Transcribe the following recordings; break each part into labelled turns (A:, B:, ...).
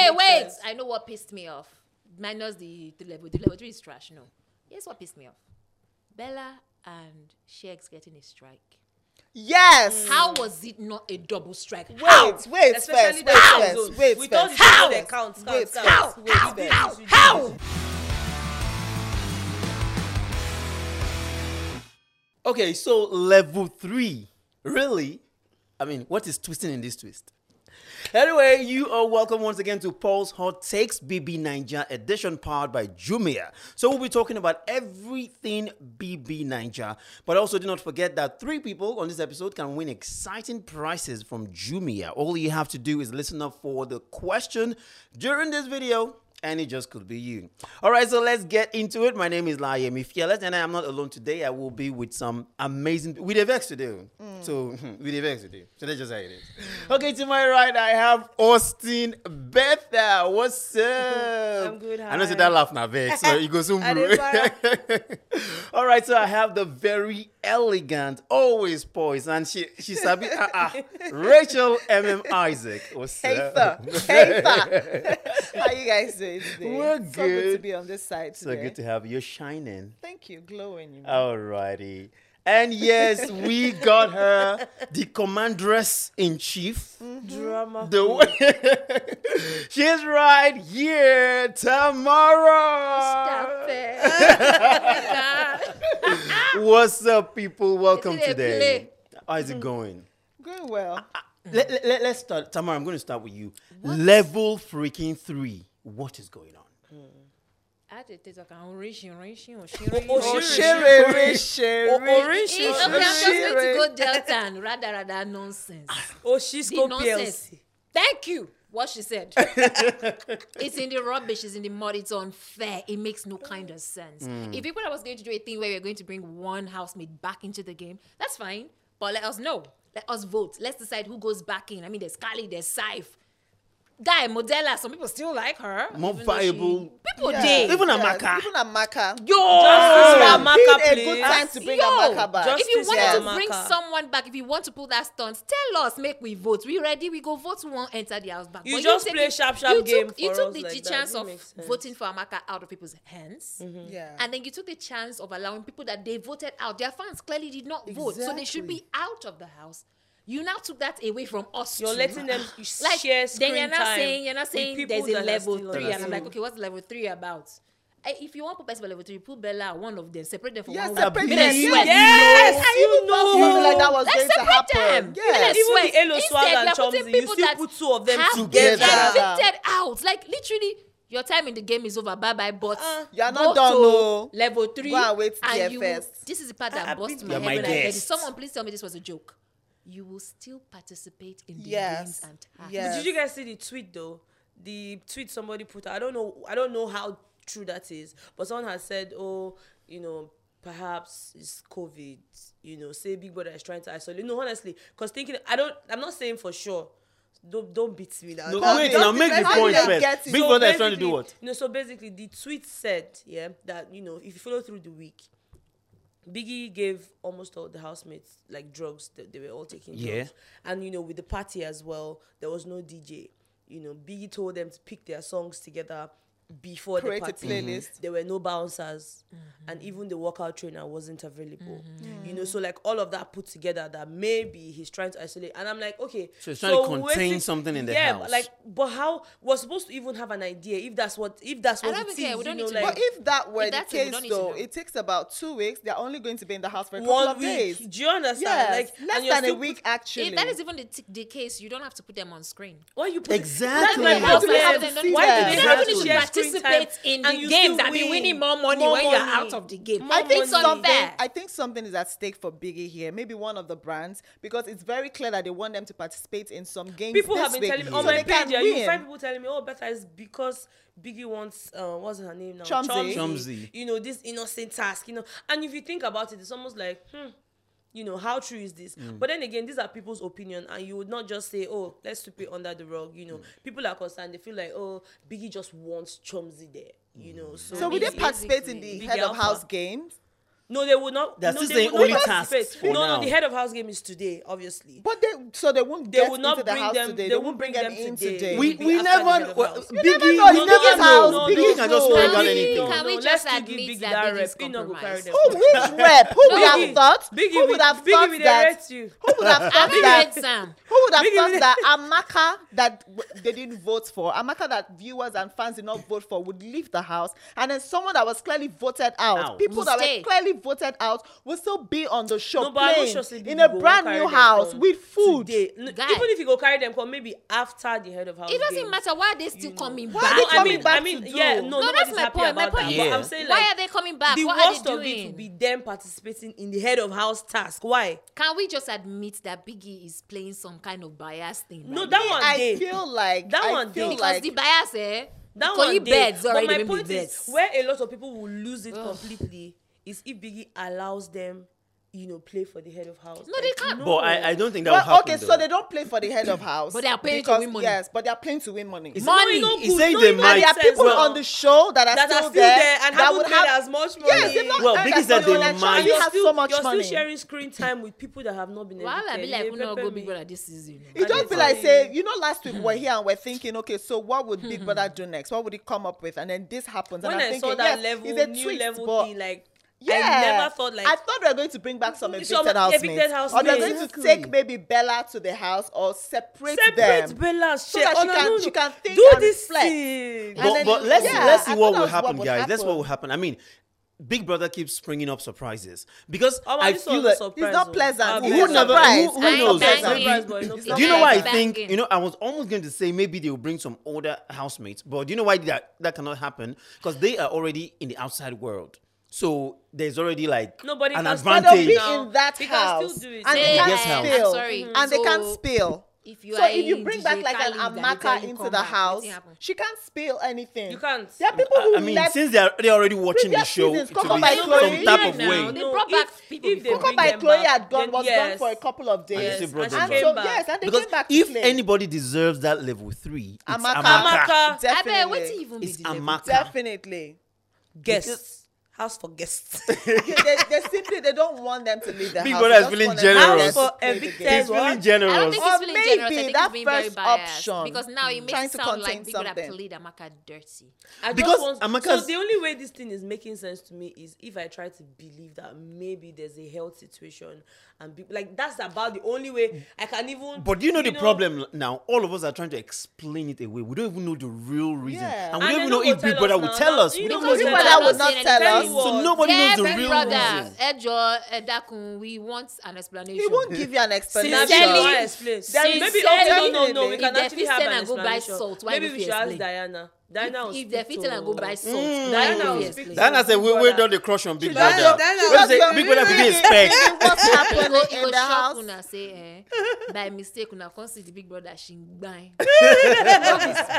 A: I know what pissed me off. Minus the, the level. The level three is trash. No. Here's what pissed me off. Bella and Shex getting a strike.
B: yes.
A: How was it not a double strike? How?
B: wait wait first
C: Mm. Especially
B: wait
C: the time
B: first
C: zone.
B: wait
C: We
B: first
C: told you to
B: How?
C: do the count, count,
B: wait
C: count.
B: first wait
C: How?
B: first.
C: How?
A: How?
D: Okay, so level three. Really? I mean, what is twisting in this twist? Anyway, you are welcome once again to Paul's Hot Takes BB Ninja edition powered by Jumia. So we'll be talking about everything BB Ninja. But also do not forget that three people on this episode can win exciting prizes from Jumia. All you have to do is listen up for the question during this video and it just could be you. All right, so let's get into it. My name is Laiyemi Fearless, and I am not alone today. I will be with some amazing with a vex today.
C: Mm.
D: So with a vex today. So that's just how it is. Okay, to my right, I have Austin Betha. What's up?
C: I'm good,
D: I know see
C: hi.
D: that laugh now, vex. So you go soon.
C: I
D: bro.
C: didn't para.
D: All right, so I have the very elegant, always poised, and she she sabi ah, ah, Rachel M.M. Isaac. What's
B: Hey
D: up?
B: sir, hey sir, how you guys doing today?
D: We're
B: So good to
D: good.
B: be on this side
D: So
B: today.
D: good to have you. You're shining.
B: Thank you, glowing. You know.
D: Alrighty. And yes, we got her, the commandress in chief.
C: Drama.
D: The one- she's right here
A: Stop
D: tomorrow.
A: it. Oh my God.
D: What's up, people? Welcome
A: Is it a
D: today. How is it going?
B: Going well.
C: Oh,
D: Let, let, us start. Tamara, I'm going to start with you. Level freaking three. What is going on?
A: Adetezọka
C: Oh,
B: Oshere, Oshere.
A: Okay, I'm just going to go Delta and rada rada nonsense.
C: Oh, she's
A: The
C: called
A: nonsense.
C: PLC.
A: Thank you. What she said. it's in the rubbish, it's in the mud, it's unfair. It makes no kind of sense.
C: Hmm.
A: If people that was going to do a thing where we are going to bring one housemate back into the game, that's fine. But let us know. Let us vote. Let's decide who goes back in. I mean, there's Carly, there's Saif. Guy, Modella, some people still like her.
D: More
A: even though
D: viable.
C: oh,
A: People
B: Yeah,
A: did.
D: Even
B: yeah,
D: Amaka.
B: Even Amaka.
C: Justice for
B: Indeed,
C: Amaka,
B: a good time
C: please.
B: to bring
A: Yo,
B: Amaka back. Mm.
C: just-
A: if you
C: Justice
A: wanted
B: for
A: to bring
C: Amaka.
A: someone back, if you want to pull that stunt, tell us, make we vote. We ready? We go vote who won't enter the house back.
C: You
A: But
C: just
A: take
C: play
A: it-
C: sharp, sharp
A: you
C: game
A: Took, you
C: for
A: took
C: us
A: the
C: like that.
A: chance
C: It
A: of
C: makes sense. Mm-hmm.
A: voting for Amaka out of people's hands,
B: yeah.
A: and then you took the chance of allowing people that they voted out. Their fans clearly did not vote, so they should be out of the house. You now took that away from us.
C: You're
A: too.
C: letting them
A: like
C: share screen
A: then you're not
C: time
A: saying you're not
C: with
A: saying
C: people
A: there's a
C: that are
A: level
C: still on
A: three,
C: the
A: and I'm like,
C: scene.
A: okay, what's level three about? Eh, If you want to put person for level three, put Bella and one of them, separate them for
B: Yeah,
A: one week.
B: separate
A: Make them
B: them.
A: sweat.
C: Yes,
B: I
C: you
B: even thought something
C: know.
B: like that was
A: Let's
B: going to
A: separate
B: happen.
A: them. Let
B: Yes.
A: them
C: Even the
A: sweat.
C: Elo
A: Instead,
C: Swag
A: they
C: and
A: are putting
C: Chomzy, you
A: people
C: still
A: that
C: put two of them
A: have
D: together.
A: been evicted out. Like literally, your time in the game is over. Bye bye. But
B: you are
A: go
B: not done,
A: to
B: oh.
A: Level three.
B: Go and wait
A: and
B: there
A: you-
B: first.
A: This is the part
C: I- I
A: that busts
C: believe
A: my head
D: you're my
A: when I heard it.
D: guest.
A: Someone please tell me this was a joke. You will still participate in the
B: Yes.
A: games and tasks.
B: Yes.
C: Did you guys see the tweet though? The tweet somebody put. out. I don't know. I don't know how true that is, but someone has said, "Oh, you know, perhaps it's COVID." You know, say Big Brother is trying to isolate. No, honestly, because thinking, I don't. I'm not saying for sure. Don't don't beat me now.
D: No,
B: Because
D: wait,
B: they
D: now
B: don't
D: make the
B: even
D: point
B: get
D: first.
B: it.
D: Big
B: So
D: Brother is trying to do
C: basically-
D: what?
C: No, so basically, the tweet said, yeah, that you know, if you follow through the week, Biggie gave almost all the housemates like drugs. They, they were all taking drugs.
D: Yeah.
C: And you know, with the party as well, there was no DJ. You know, Biggie told them to pick their songs together before
B: Create a
C: the party.
B: playlist. Mm-hmm.
C: There were no bouncers, and even the workout trainer wasn't available. You know, so like all of that put together, that maybe he's trying to isolate. And I'm like, okay,
D: So he's trying to contain something in the
C: yeah,
D: house.
C: But like, but how we're supposed to even have an idea if that's what if that's
A: I
C: what
A: don't
C: it is?
A: even care, we don't
C: you know,
A: need to
C: like,
B: But if that were the
A: that's it, we
B: case,
A: don't need to
B: though,
A: know.
B: it takes about two weeks. They're only going to be in the house for a couple
C: one
B: of
C: week.
B: days.
C: Do you understand?
B: Yes,
C: Like and
B: less
C: you're
B: than a
C: still
B: week,
C: Put,
B: actually.
A: If that is even the, t- the case, you don't have to put them on screen.
C: why you put
D: Exactly.
C: That's my
D: Why do
B: we have
C: problem.
B: to see
C: Why do
B: that?
C: they
D: Exactly.
C: have
A: You
C: to
A: don't
C: share
A: even
C: screen
A: participate
C: time
A: in
C: and
A: the
C: you
A: games
C: still
A: and be
C: win?
A: winning more money
C: More
A: when you're
C: money.
A: out of the game.
C: More
A: I think
C: money.
A: something.
B: something, I think something is at stake for Biggie here. Maybe one of the brands because it's very clear that they want them to participate in some games.
C: People
B: this
C: have been
B: week,
C: telling me
B: so
C: on
B: they
C: my
B: can
C: page. Yeah, you
B: win.
C: find people telling me, "Oh, better is because Biggie wants uh, what's her name now?
B: Chomzy.
D: Chomzy.
C: You know this innocent task. You know, and if you think about it, it's almost like, hmm, you know, how true is this? But then again, these are people's opinion, and you would not just say, "Oh, let's sweep it under the rug." You know, people are concerned. They feel like, "Oh, Biggie just wants Chomzy there." You know, so
B: So will
A: we
B: they
A: Biggie
C: it's-
A: part-
B: participate in the
A: basically.
C: Biggie
B: head of
C: Alpha.
B: house games?
C: No, they would not.
D: They're
C: no,
D: still
C: they
D: saying
C: would not
D: only
C: participate.
D: tasks for
C: no,
D: now.
C: no, the head of house game is today, obviously.
B: But they so they won't
C: They
B: get
C: will not
B: into the
C: bring
B: house
C: them-
B: today.
C: they
B: They
C: won't
B: won't bring
C: bring
B: them
C: them
B: in
C: today.
B: today.
D: We
C: Maybe
D: we
C: after the
D: never
C: head of
D: well,
C: house.
D: Biggie.
B: never know, it's Biggie's house,
D: Biggie
B: Biggie's
D: can just
B: rule.
D: bring out
A: Can we-
D: anything.
A: can we
C: No,
A: just
C: let's give
A: admit
C: Biggie
A: that
C: that
A: Biggie's
C: rep. He not go carry
A: compromised?
C: them.
B: Who which rep? Who would
C: Biggie,
B: have thought?
C: Biggie,
B: who would have
C: Biggie,
B: thought
C: Biggie,
B: that?
C: direct you.
B: Who would have thought
A: I've
B: that?
A: read some.
B: Who would have
C: Biggie,
B: thought
C: Biggie.
B: that Amaka that w- they didn't vote for, Amaka that viewers and fans did not vote for, would leave the house, and then someone that was clearly voted out,
D: Out.
B: people
A: Will
B: that
A: stay.
B: were clearly voted out, will still be on the show
C: No, but I know
B: playing
C: Shosi Biggie
B: in a
C: go
B: brand
C: carry
B: new
C: them
B: house
C: come
B: with food.
C: Today. No, Even
A: Guy.
C: if you go carry them, come maybe after the head of house.
A: It doesn't
C: game.
A: matter. Why are they still coming
B: Why
A: back?
B: are they
C: No, I
B: coming
C: mean,
B: back
C: I mean,
B: to do?
C: yeah, no,
A: No,
C: nobody's
A: that's my
C: happy
A: point. My
C: about
A: point
C: that.
D: is,
C: But I'm saying
A: why
C: like,
A: are they coming back?
C: The
A: What are
C: worst
A: they
C: of it
A: doing?
C: would be them participating in the head of house task. Why?
A: Can we just admit that Biggie is playing some kind of bias thing?
C: No,
A: right
C: that
A: now?
C: one
B: I
C: day.
B: feel like
C: That
B: I
C: one
B: feel
C: day.
A: because
B: like
A: the bias, eh?
C: That
A: because
C: one
A: he
C: day.
A: beds
C: but
A: already
C: my
A: been
C: point
A: beds.
C: is, where a lot of people will lose it completely is if Biggie allows them, you know, play for the head of house.
A: No, they can't.
D: But I, I don't think that will
B: Well,
D: happen.
B: okay,
D: though.
B: so they don't play for the head of house,
A: But they are paying to
B: because-
A: win money.
B: Yes, but they are playing to win money.
A: It's-
C: money.
A: Money.
D: He said they might-
B: and there are
D: Makes
B: people
D: Well,
B: on the show that are
C: that
B: still
C: are still there, and
B: that
C: haven't
B: would
C: made
B: have
C: as much money.
B: Yes, they've not
D: Well,
B: earned
D: Biggie
B: as
D: said
B: much
D: they
B: money, and
D: might-
B: Charlie
C: you're
B: has
C: still,
B: so much
C: you're
B: money.
C: still sharing screen time with people that have not been.
A: Why I be
C: educated.
A: like,
C: Yeah,
A: we not go
C: pepper
A: Big
C: me.
A: Brother this season?
B: It just
C: that's
B: be like
C: why-
B: say, you know, last week we're here and we're thinking, okay, so what would Big Brother do next? What would he come up with? And then this happens.
C: Hmm. When
B: and I'm
C: I
B: thinking,
C: saw that
B: yes,
C: level,
B: it's a
C: new
B: twist,
C: level
B: but
C: thing, like
B: yeah,
C: I never thought like
B: I thought we were going to bring back some evicted
C: Some
B: housemates,
C: evicted
B: or they're
C: housemates.
B: going
D: Exactly.
B: to take maybe Bella to the house or separate,
C: separate
B: them.
C: Bella
B: so
C: shit.
B: that
C: oh,
B: she
C: no,
B: can-
C: no, no.
B: she can think
C: do
B: and
C: this
B: reflect.
C: thing.
B: And
D: But,
B: then
D: but
B: you-
D: let's
B: yeah,
D: let's
B: I thought that
D: see what will
B: was what
D: happen,
B: would
D: guys. That's what
B: happen.
D: will happen. I mean, Big Brother keeps springing up surprises because
C: Oh,
D: I
C: this one
D: feel
C: was
D: like.
C: surprise,
B: It's not
C: oh.
B: pleasant.
C: I'll be
D: Who
B: It's a
C: like,
D: never-
B: surprise.
D: who- who
B: It's a surprise.
D: knows? Like,
B: Surprise,
C: you-
B: but it's
C: do
B: not
D: Do you know why I
B: pleasant.
D: think?
A: Banging.
D: You know, I was almost going to say maybe they will bring some older housemates, but do you know why that that cannot happen? Because they are already in the outside world, so there's already like
C: Nobody
D: an
C: can stop
B: But they'll
D: advantage.
B: be
C: Now,
B: in that
C: they can
B: house,
C: still do it.
B: and
A: Yeah,
B: they
D: Yes,
B: can't
D: I'm
B: spill,
A: sorry.
B: and they can't
A: So,
B: spill.
A: if you
B: so
A: are
B: if you
A: in
B: bring
A: DJ
B: back like an
A: Khaled and they tell
B: amaka
A: you
B: into
A: come
B: the
A: back,
B: house,
A: nothing happen.
B: she can't spill anything.
C: You can't.
B: There are people
D: I,
B: who
D: I mean,
B: left
D: since they're they're already watching the
B: previous
D: show,
B: seasons,
D: it will
B: Coco
D: be
B: by
D: some
B: Chloe.
D: type of
A: Yeah,
D: way.
A: now. They brought back
C: if,
A: people
C: if they
A: before.
B: Coco
C: bring
B: by
C: them
B: Chloe
C: back,
B: had gone
C: then
B: was
C: yes.
B: gone for a couple of
D: And they
B: days.
D: still brought
B: and
D: them
B: so
C: back.
B: yes, and they
D: Because
B: came back to
D: if
B: play.
D: anybody deserves that level three, it's
B: Amaka.
D: Amaka.
C: Amaka.
A: I bet wait till
B: definitely,
A: even be
D: It's
A: the level.
D: Amaka.
B: definitely.
C: guests. House for guests.
B: they, they, they simply they don't want them to leave the
D: Big
B: house. They just
D: Brother is feeling
B: want them to
D: generous.
B: just
C: For
B: play the
C: evicted
B: game.
D: He's really
C: What?
A: I don't
D: generous.
A: think
B: Or
A: he's feeling generous. I
B: maybe
A: think
B: that
A: he's being very
B: first
A: biased
B: option,
A: because now it makes
B: trying
A: it
B: to
A: sound like
B: contain
A: people that
B: something.
A: played Amaka dirty.
C: I just
D: Because
C: want,
D: Amaka's-
C: so the only way this thing is making sense to me is if I try to believe that maybe there's a health situation and people like that's about the only way I can even.
D: But do you know the problem now? All of us are trying to explain it away. We don't even know the real reason,
B: Yeah.
D: and we don't
C: And
D: even
C: they
D: know
C: don't
D: if
C: go
D: Big
C: tell
D: Brother
C: us
D: will
C: now.
D: tell
C: Now,
D: us.
C: you
D: We
C: don't
D: don't know.
C: go
B: Big
A: Because
D: if Big
A: Brother
B: Brother
D: Brother-
B: would
A: was
B: not
A: saying
B: tell
A: anything.
B: us.
A: will-
D: So nobody knows
A: Yeah,
D: the
A: Big
D: real
A: Brother,
D: reason.
A: Ejo, Edaku, we want an explanation.
B: He won't give you an
C: Now,
B: explanation.
A: Sincerely-
C: Big Brother explains.
B: Sincerely-
C: Maybe okay, no, no, no.
B: Definitely.
C: We
A: If
C: can
A: they're
C: actually have
A: Christian
C: an
A: and go buy
C: explanation.
A: salt, why
C: Maybe
A: would
C: we
A: you
C: should ask
A: explain?
C: Diana. Diana will
A: If, if
C: speak
A: they're fitting
C: to-
A: and go buy salt,
C: Diana
A: now
C: will
A: you explain.
C: speak to-
D: Diana said, "We we
C: Brother.
D: done the crush on Big
B: Diana-
D: Brother."
B: Diana
D: What you
B: was
D: say?
B: just
D: Big Brother begin
B: reading
D: expect.
B: What's
A: e go e
B: happening
A: go
B: in the
A: shock
B: house?
A: una say eh by mistake una come see the big brother she gbain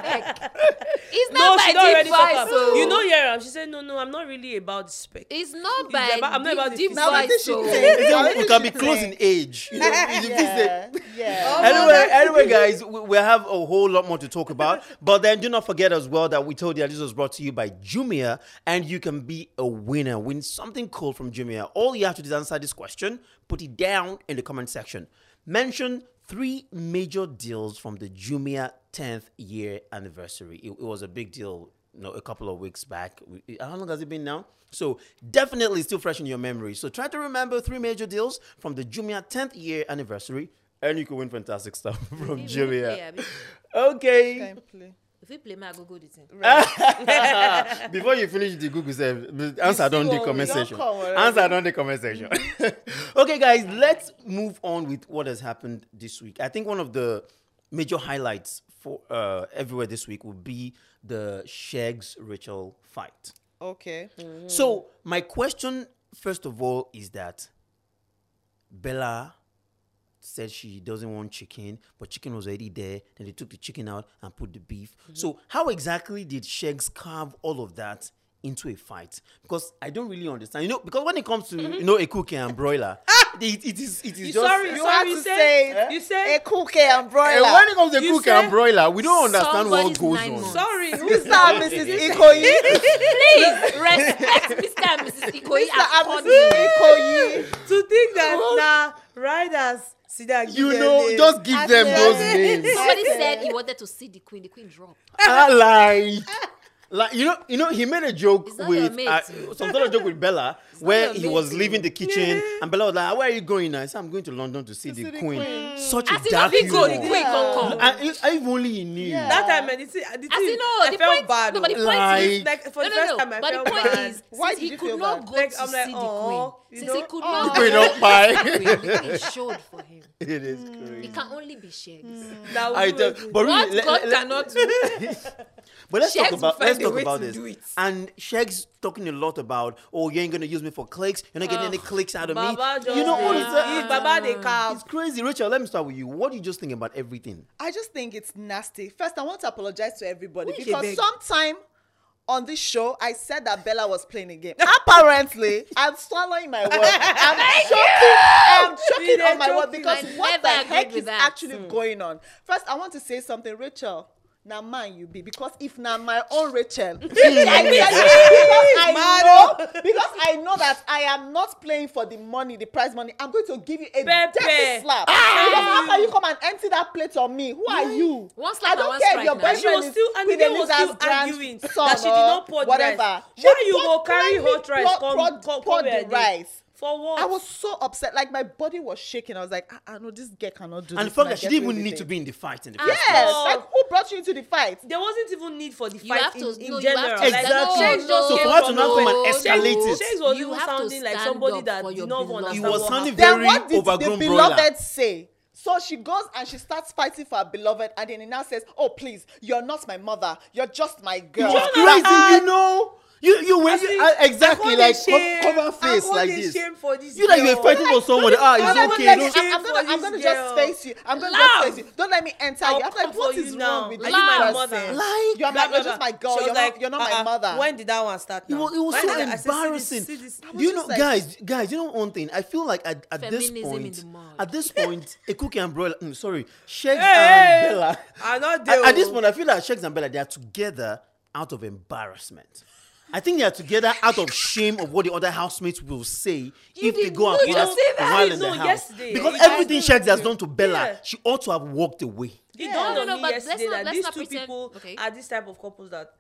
A: it's
C: No,
A: not by
C: she don't
A: deep
C: already
A: voice
C: talk
A: o
C: up. You know, Yeram. She said, no, no, I'm not really about the spec.
A: it's not
C: about- I'm not
A: by
C: about
A: deep
C: the
A: deep
B: Now,
C: physical.
B: what did
A: voice oh.
B: she
A: o.
B: say?
D: They say
B: What
D: we
B: did
D: can
B: she
D: be close
B: say?
D: in Oh, age. You know, you see, say-
B: Yeah, yeah.
D: Anyway, anyway, guys, we, we have a whole lot more to talk about. But then do not forget as well that we told you that this was brought to you by Jumia, and you can be a winner. Win something cool from Jumia. All you have to do is answer this question, put it down in the comment section. Mention three major deals from the Jumia 10th year anniversary. It, it was a big deal. You know, a couple of weeks back. We- How long has it been now? So definitely still fresh in your memory. So try to remember three major deals from the Jumia 10th year anniversary and you can win fantastic stuff from Jumia. Okay.
A: if we play ma go go the thing
D: Before you finish the Google self, the answer
C: see
D: don't the
C: what we Mm-hmm.
D: comment
B: don't
D: section.
B: come already.
D: Answer don't the comment section. okay, guys, let's move on with what has happened this week. I think one of the major highlights for uh, everywhere this week would be the Shags Rachel fight.
B: Okay.
D: So my question, first of all, is that Bella said she doesn't want chicken, but chicken was already there. Then they took the chicken out and put the beef. So how exactly did Shegs carve all of that into a fight? Because I don't really understand. You know, because when it comes to you know a cookie and broiler, It, it is. It is
C: You
D: just.
C: sorry,
B: You
C: sorry,
B: have
C: you
B: to
C: said-
B: say it. Eh?
C: you said- Eh,
B: a cookie and broiler.
D: And when it comes to
C: You
D: cook and
C: said-
D: broiler, we don't understand what
A: Somebody's
D: goes
A: nine
D: on.
A: months.
C: Sorry, who's
B: Mr.
C: that?
B: and Mrs. Ikoyi.
A: Please respect Mr. and Mrs. Ikoyi
B: Mr.
A: as
B: and Mrs.
A: Connie.
B: Ikoyi.
C: to think that na riders see that
D: You know, just give them those
C: Actually-
D: names.
A: Somebody said he wanted to see the queen. The queen dropped.
D: I like, like you know, you know, he made a joke
A: It's not your
D: with
A: mate.
D: uh, some sort of joke with Bella where
A: your
D: he was
A: mate.
D: leaving the kitchen and Bella was like, "Ah, "Where are you going now?" I said, "I'm going to London to see, the,
B: see the
D: Queen."
B: Queen.
D: Such
A: As
D: a
A: in,
D: dark
A: not the
D: humor.
A: queen. The queen come come.
D: And if, if only he knew.
B: Yeah.
C: that time and the thing, the thing
A: As in, no,
C: I
A: the
C: felt
A: point,
C: bad.
A: no, but the
C: oh.
A: point
D: Like-
A: is,
C: like for
A: no, no,
C: the first
A: no.
C: time I
A: but
C: felt
A: the point
C: bad.
A: is,
B: Why
A: since
B: did
A: he
B: you
A: could
B: feel
A: not
B: bad?
A: go
C: Like,
A: to
C: I'm
A: see
C: like,
A: the
C: "Aw," you
A: queen, since he
C: know?
A: could
D: The
A: not
D: queen
A: go
D: don't buy.
A: to see the queen, the queen showed for him.
D: It is crazy.
A: It can only be shares.
C: That
D: I
C: woman
D: tell,
C: was-
D: but
A: What
D: really, let-
A: Mm. Oh God
D: let-
A: cannot do.
D: But let's
A: Shag's
D: talk
A: will
D: about
A: find
D: let's
A: a
D: talk
A: way
D: about
A: to
D: this.
A: do it.
D: And Shag's talking a lot about, oh, you ain't gonna use me for clicks. You're not getting
A: Ah,
D: any clicks out of
C: Baba
D: me. You know what is that?
C: that? Baba they
D: It's
C: calm.
D: crazy, Rachel. Let me start with you. What do you just think about everything?
B: I just think it's nasty. First, I want to apologize to everybody
C: Which
B: because
C: beg?
B: sometime on this show, I said that Bella was playing a game. Apparently, I'm swallowing my word. I'm choking. I'm choking
C: Did I
B: on my
C: choke
B: word
C: you?
B: because
A: I
B: what the
A: never agreed
B: heck
A: with
B: is
A: that. Hmm.
B: actually going on? First, I want to say something, Rachel. Now man you be because if now my own Rachel, I tell you, because I know because I know that I am not playing for the money, the prize money. I'm going to give you a
C: Pepe. Ah!
B: dirty slap. Because how can you come and empty that plate on me? Who are you?
A: One slap
B: I
A: and
B: don't
A: one
B: care
A: strike
B: if your
A: now.
C: And she
B: boyfriend
C: was
B: is
C: still, and the
B: Queen
C: girl was still
B: Elizabeth's
C: arguing
B: grandson
C: that she did
B: or
C: not pour the
B: whatever.
C: rice.
B: She
C: Why you go
B: poured-
C: carry
B: blindly
C: hot rice?
B: poured-
C: Come,
B: poured-
C: come,
B: poured
C: come
B: the
C: here.
B: rice.
C: For what?
B: I was so upset. Like my body was shaking. I was like, ah, ah, no, this girl cannot do this.
D: And the fact
B: and
D: that she
B: get
D: didn't
B: away
D: even
B: with
D: need to
B: it.
D: be in the fight in the
A: Yes.
D: first place.
B: Yes,
C: Oh.
B: like who brought you into the fight?
C: there wasn't even need for the
A: You
C: fight
A: have to-
C: in, in
A: no, you have
C: general.
A: to
C: Like,
D: stand up.
C: Shakes
D: So
C: just
D: for
C: came
D: her to
C: from
D: now come and
C: nowhere.
D: escalate
C: Shakes-
D: it.
C: Shakes was
A: You
C: even
A: have to
C: sounding like
A: stand
C: somebody
A: up
C: that
A: for
C: did
A: your
C: not
A: beloved.
C: understand
D: He
A: That's
D: was
C: what
D: sounding
C: happened.
B: Then
D: very
B: what did the
D: overgrown
B: beloved
D: broiler.
B: say? So she goes and she starts fighting for her beloved, and then he now says, "Oh please, you're not my mother. You're just my
D: It
B: girl."
D: was
C: Jonah
D: crazy,
C: had-
D: you know. You you went
C: As in,
D: uh,
C: I
D: exactly
C: hold
D: like
C: a
D: co-
C: shame.
D: cover
C: I
D: face
C: hold
D: like
C: a
D: this.
C: Shame for this
D: You that you were
C: girl.
D: fighting for someone.
B: No,
D: Ah,
B: no,
D: it's
B: no, let
D: okay. don't-
B: me- I- I'm
C: Shame
B: gonna,
C: for
B: I'm gonna
C: this
B: just
C: girl.
B: face you. I'm gonna
C: Laugh.
B: just face you. Don't let me enter
C: I'll
B: you. I'm
C: come
B: like, what
C: for
B: is
C: you
B: wrong
C: now.
B: with
C: Are
B: you?
C: you my
B: person?
C: mother?
D: Like- "Oh
B: you're, my,
C: Blah,
B: you're
C: blah,
B: just my
C: blah.
B: girl.
C: She
B: You're,
C: was
B: like, you're not
C: uh-uh.
B: my mother.
C: When did that one start?
D: It
C: now?
D: was, it was so
C: When did that- I said, see this-
D: embarrassing.
C: see this-
B: I
D: Do
B: was
D: you know,
B: just like-
D: guys, guys, you know one thing. I feel like at, at this
A: Feminism in
D: point,
A: the mud.
D: at this point, a cookie and broiler, mm, sorry, Shakes
C: Hey,
D: and Bella.
C: I know
D: At,
C: they
D: at this
C: will.
D: point, I feel like Shakes and Bella, they are together out of embarrassment. I think they are together out of shame of what the other housemates will say if they
A: did
D: go out
A: not
D: while
C: say that.
D: while
C: I
D: in the
C: know
D: house.
C: yesterday.
D: Because
C: You guys
D: everything
C: know
D: Shakes has done to Bella,
C: Yeah.
D: she ought to have walked away.
C: It
B: Yeah.
C: dawned
A: No,
C: on
A: no,
C: me
A: but let's
C: yesterday
A: not-
C: that
A: let's
C: these
A: not
C: two
A: pretend-
C: people
A: okay.
C: are this type of couples that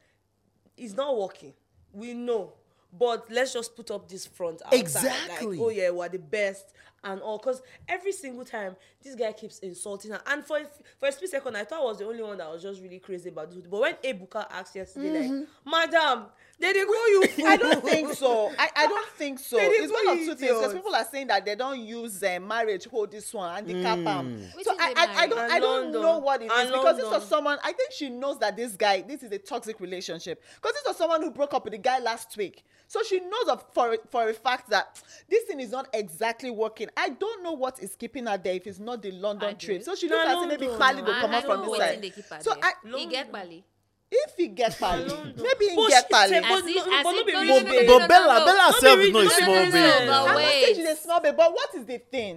C: it's not working. We know. But let's just put up this front outside.
D: Exactly.
C: Like, oh yeah, we're the best and all. Because every single time this guy keeps insulting her. And for a, f- for a split second, I thought I was the only one that was just really crazy about this. But when Ebuka asked yesterday, like,
A: Mm-hmm.
C: Madam, they didn't call you.
B: I don't think so. I, I don't think so.
C: They didn't
B: It's one
C: call
B: of
C: you
B: two things because
C: idiots.
B: people are saying that they don't use uh, marriage hold this one and the capam.
C: Mm.
A: Which
B: So
A: is
B: I,
A: a
B: I I don't
A: marriage?
B: I
C: And
B: don't
C: London.
B: know what it is
C: And
B: because this was
C: London.
B: someone I think she knows that this guy this is a toxic relationship because this was someone who broke up with the guy last week. So she knows of for a- for a fact that this thing is not exactly working. I don't know what is keeping her there if it's not the London
A: do.
B: trip. So she
C: Na
B: looks as if maybe
C: London.
B: Kali
A: And
B: will come
A: I
B: out from
A: don't know
B: this
A: wetin
B: side.
A: they keep her
B: So
A: there.
B: I,
A: He get Bali.
B: if he get Kali,
C: London.
B: maybe he
C: But
B: get
C: she
B: Kali.
C: said-
A: As
C: But
A: if,
C: no-
A: as
C: but no
A: if,
C: be
A: no, no,
C: real
D: But,
A: no,
C: babe.
A: no,
D: but
A: no,
D: Bella,
A: no.
D: Bella
C: Don't be
D: herself
C: reading-
D: no
C: don't
D: is
C: be
D: small
A: reading
D: babe.
A: about
B: I'm not saying
A: Wait.
B: she's a small babe, but what is the thing?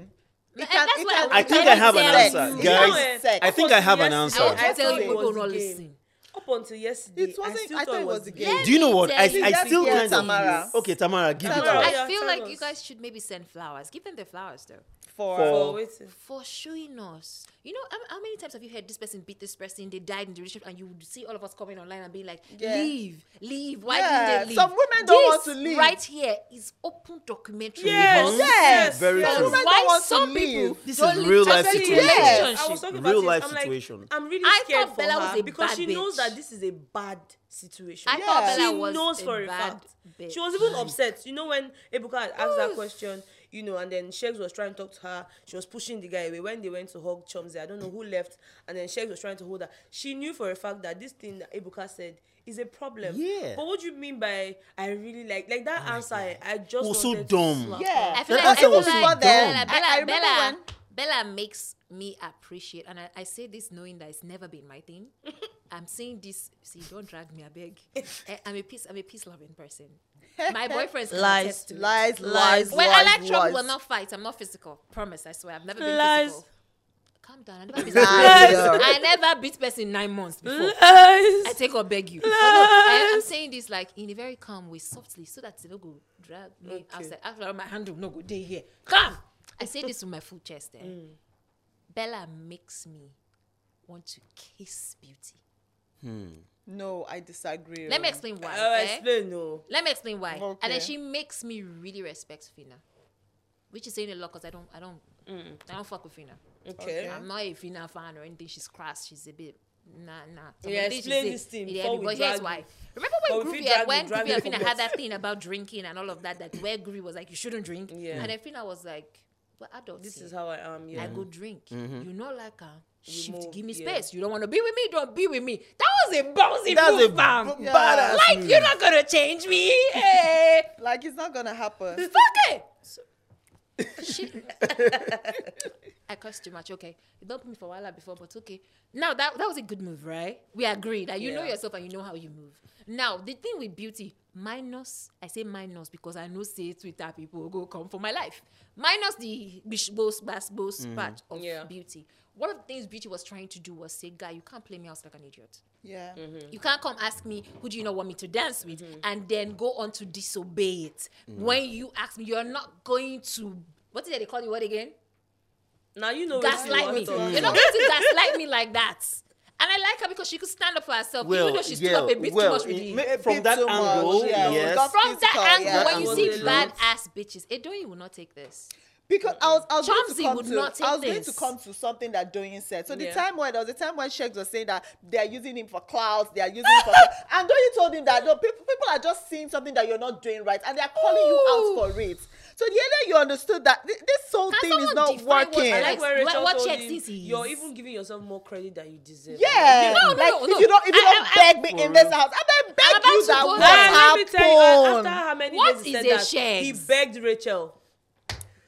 B: It
A: And
B: can,
A: that's
B: it
A: why
B: can,
A: I
B: it
A: think
B: can
A: I have
B: be
A: an
B: sex.
A: answer.
B: It can
D: Guys,
B: be sex.
D: I think I have an
C: Up
D: answer.
A: I will tell
C: until eh? yesterday,
B: thought
A: you
B: it
A: people
C: was the
A: don't
C: game.
A: listen.
C: Up until yesterday,
B: It wasn't-
C: I, still
B: I
C: thought it was the game.
A: Let
D: Do you know
A: me
D: what? I,
A: tell
D: I
A: you
D: still
A: this.
D: can't.
B: Tamara.
D: Okay, Tamara, give it
B: Tamara.
D: up.
B: Oh,
A: I
C: yeah,
A: feel
C: tell
A: like
C: us.
A: you guys should maybe send flowers. Give them the flowers though.
B: For,
C: Oh, wait.
A: for showing us. You know, how, how many times have you heard this person beat this person? They died in the relationship, and you would see all of us coming online and being like,
B: Yeah.
A: "Leave, leave. Why
B: Yeah,
A: didn't they leave?"
B: some women don't want
A: This
B: to leave.
A: Right here is open documentary.
C: Yes,
A: on
B: yes,
D: Very
B: yes.
D: true.
B: Women
A: Why
B: don't want
A: some
B: to
A: people
B: leave.
D: This
A: don't
D: is
A: leave
D: real life
A: toxic
D: situation.
B: Yes.
C: I was
A: relationship?
C: talking
D: Real
C: about
D: life
C: this. I'm like,
D: situation.
C: I'm really
A: I
C: scared
A: thought
C: for
A: Bella
C: her
A: was a
C: because
A: bad
C: she knows
A: bitch.
C: that this is a bad situation.
A: I
B: Yeah.
A: thought Bella
C: she
A: was
C: knows
A: a
C: for a
A: bad
C: fact. She was even
A: bitch.
C: upset. You know when Ebuka had asked that
A: Oof.
C: question, you know, and then Shakes was trying to talk to her. She was pushing the guy away. When they went to hug Chomsey, I don't know who left, and then Shakes was trying to hold her. She knew for a fact that this thing that Ebuka said is a problem.
D: Yeah. Oh
C: But what do you mean by I really like like that answer? I, I just
D: Was so
C: wanted to
D: dumb.
C: slap
B: Yeah.
C: her.
A: I feel like,
D: That
A: I
D: answer
A: feel
D: was
A: like
D: so
A: Bella,
D: dumb.
A: Bella,
B: I- I remember
A: Bella,
B: when-
A: Bella makes me appreciate, and I, I say this knowing that it's never been my thing. I'm saying this. See, don't drag me, I beg. Eh, I'm a peace. I'm a peace loving person. My boyfriends can
C: Lies.
A: attest to it.
B: Lies, lies,
A: When I
B: lies,
A: like trouble,
B: lies.
A: will not fight. I'm not physical. Promise. I swear. I've never been
C: Lies.
A: physical. Calm down. I never beat.
B: Lies.
A: I never beat person in nine months before. I
C: Lies.
A: take or beg you. Oh, no, I, am saying this like in a very calm way, softly, so that they no go drag me outside. After my handle, no go day here. Come. I say this with my full chest. Eh? Bella makes me want to kiss beauty.
B: No, I disagree.
A: Let me
B: oh.
A: explain why.
C: Oh,
A: eh?
C: explain no.
A: Let me explain why. And
B: Okay.
A: then she makes me really respect Fina, which is saying a lot because I don't, I don't, I don't fuck with Fina.
C: Okay.
A: I'm not a Fina fan or anything. She's crass. She's a bit. Nah, nah. Some
C: Yeah,
A: of the things she
C: explain
A: say,
C: this thing
A: it
C: before
A: heavy,
C: we
A: But
C: drag
A: here's
C: you.
A: why. Remember when
C: But we
A: Groovy
C: fit drag
A: had,
C: you,
A: when
C: drag
A: Groovy
C: you
A: and Fina
C: for
A: had
C: what?
A: that thing about drinking and all of that, that where Groovy was like, you shouldn't drink.
C: Yeah.
A: And then Fina was like, well, adults.
C: This
A: here.
C: is how I am. Yeah.
A: I go drink.
D: Mm-hmm.
A: You know, like, uh, shift,
C: move,
A: give me
C: yeah.
A: space. You don't want to be with me, don't be with me. That was a bouncy
D: That's a
A: move, fam.
D: b-
B: Yeah.
D: badass.
A: Like,
D: move.
A: you're not going to change me. Hey.
B: Like it's not gonna happen.
A: Fuck it. She- I cursed too much. Okay, you dumped me for a while before, but okay. Now that that was a good move, right? We agree that you know
C: Yeah.
A: yourself and you know how you move. Now the thing with beauty minus, I say minus because I know say Twitter people go come for my life. Minus the bish boss bass boss part of
C: Mm. Yeah.
A: beauty. One of the things beauty was trying to do was say, guy, you can't play me out like an idiot.
B: Yeah.
A: You can't come ask me who do you not want me to dance with
C: Mm-hmm.
A: and then go on to disobey it.
C: Mm.
A: When you ask me, you're not going to what is it they call you what again?
C: Now you know. wetin you
A: gaslight
C: wan
A: me.
C: talk.
A: You're not going to gaslight me like that. And I like her because she could stand up for herself, even though she stood up a bit too much with
D: it
A: the
D: may-
B: A
D: from
B: bit
D: that
B: too much,
D: angle,
B: yeah, we
D: yes.
B: got-
A: from
B: Physical,
A: that angle,
B: yeah.
A: when
C: That
A: you see
C: was a
A: bad
C: lot.
A: ass bitches, Edoyin will not take this.
B: Because I was, I was going to
A: Chomsky
B: come
A: would
B: to,
A: not take
B: I was going to
A: this.
B: come to something that Doyin said. So the
C: Yeah.
B: time when there was a time when Shex was saying that they are using him for clouds, they are using him for, clout. and Doyin told him that no, people, people are just seeing something that you're not doing right, and they are calling you out for it. So the other you understood that thi- this whole
A: Can
B: thing is
A: someone
B: not
A: define what
B: working.
A: I
C: I like
A: Yes.
C: where
A: What-
C: Rachel
A: what
C: told
A: checks
C: him,
A: this is?
C: you're even giving yourself more credit than you deserve.
B: yeah,
A: No, no,
B: like
A: no,
B: if
A: no.
B: you don't, if you
A: I-
B: don't
A: I- I-
B: beg me in this house, I beg, beg
A: about
B: you
A: to
B: that
A: go
B: what
A: there.
C: Hey, let me
B: happened.
C: tell you, after how many
A: What
C: days
A: is
C: he said
A: a
C: that,
A: shame?
C: he begged Rachel.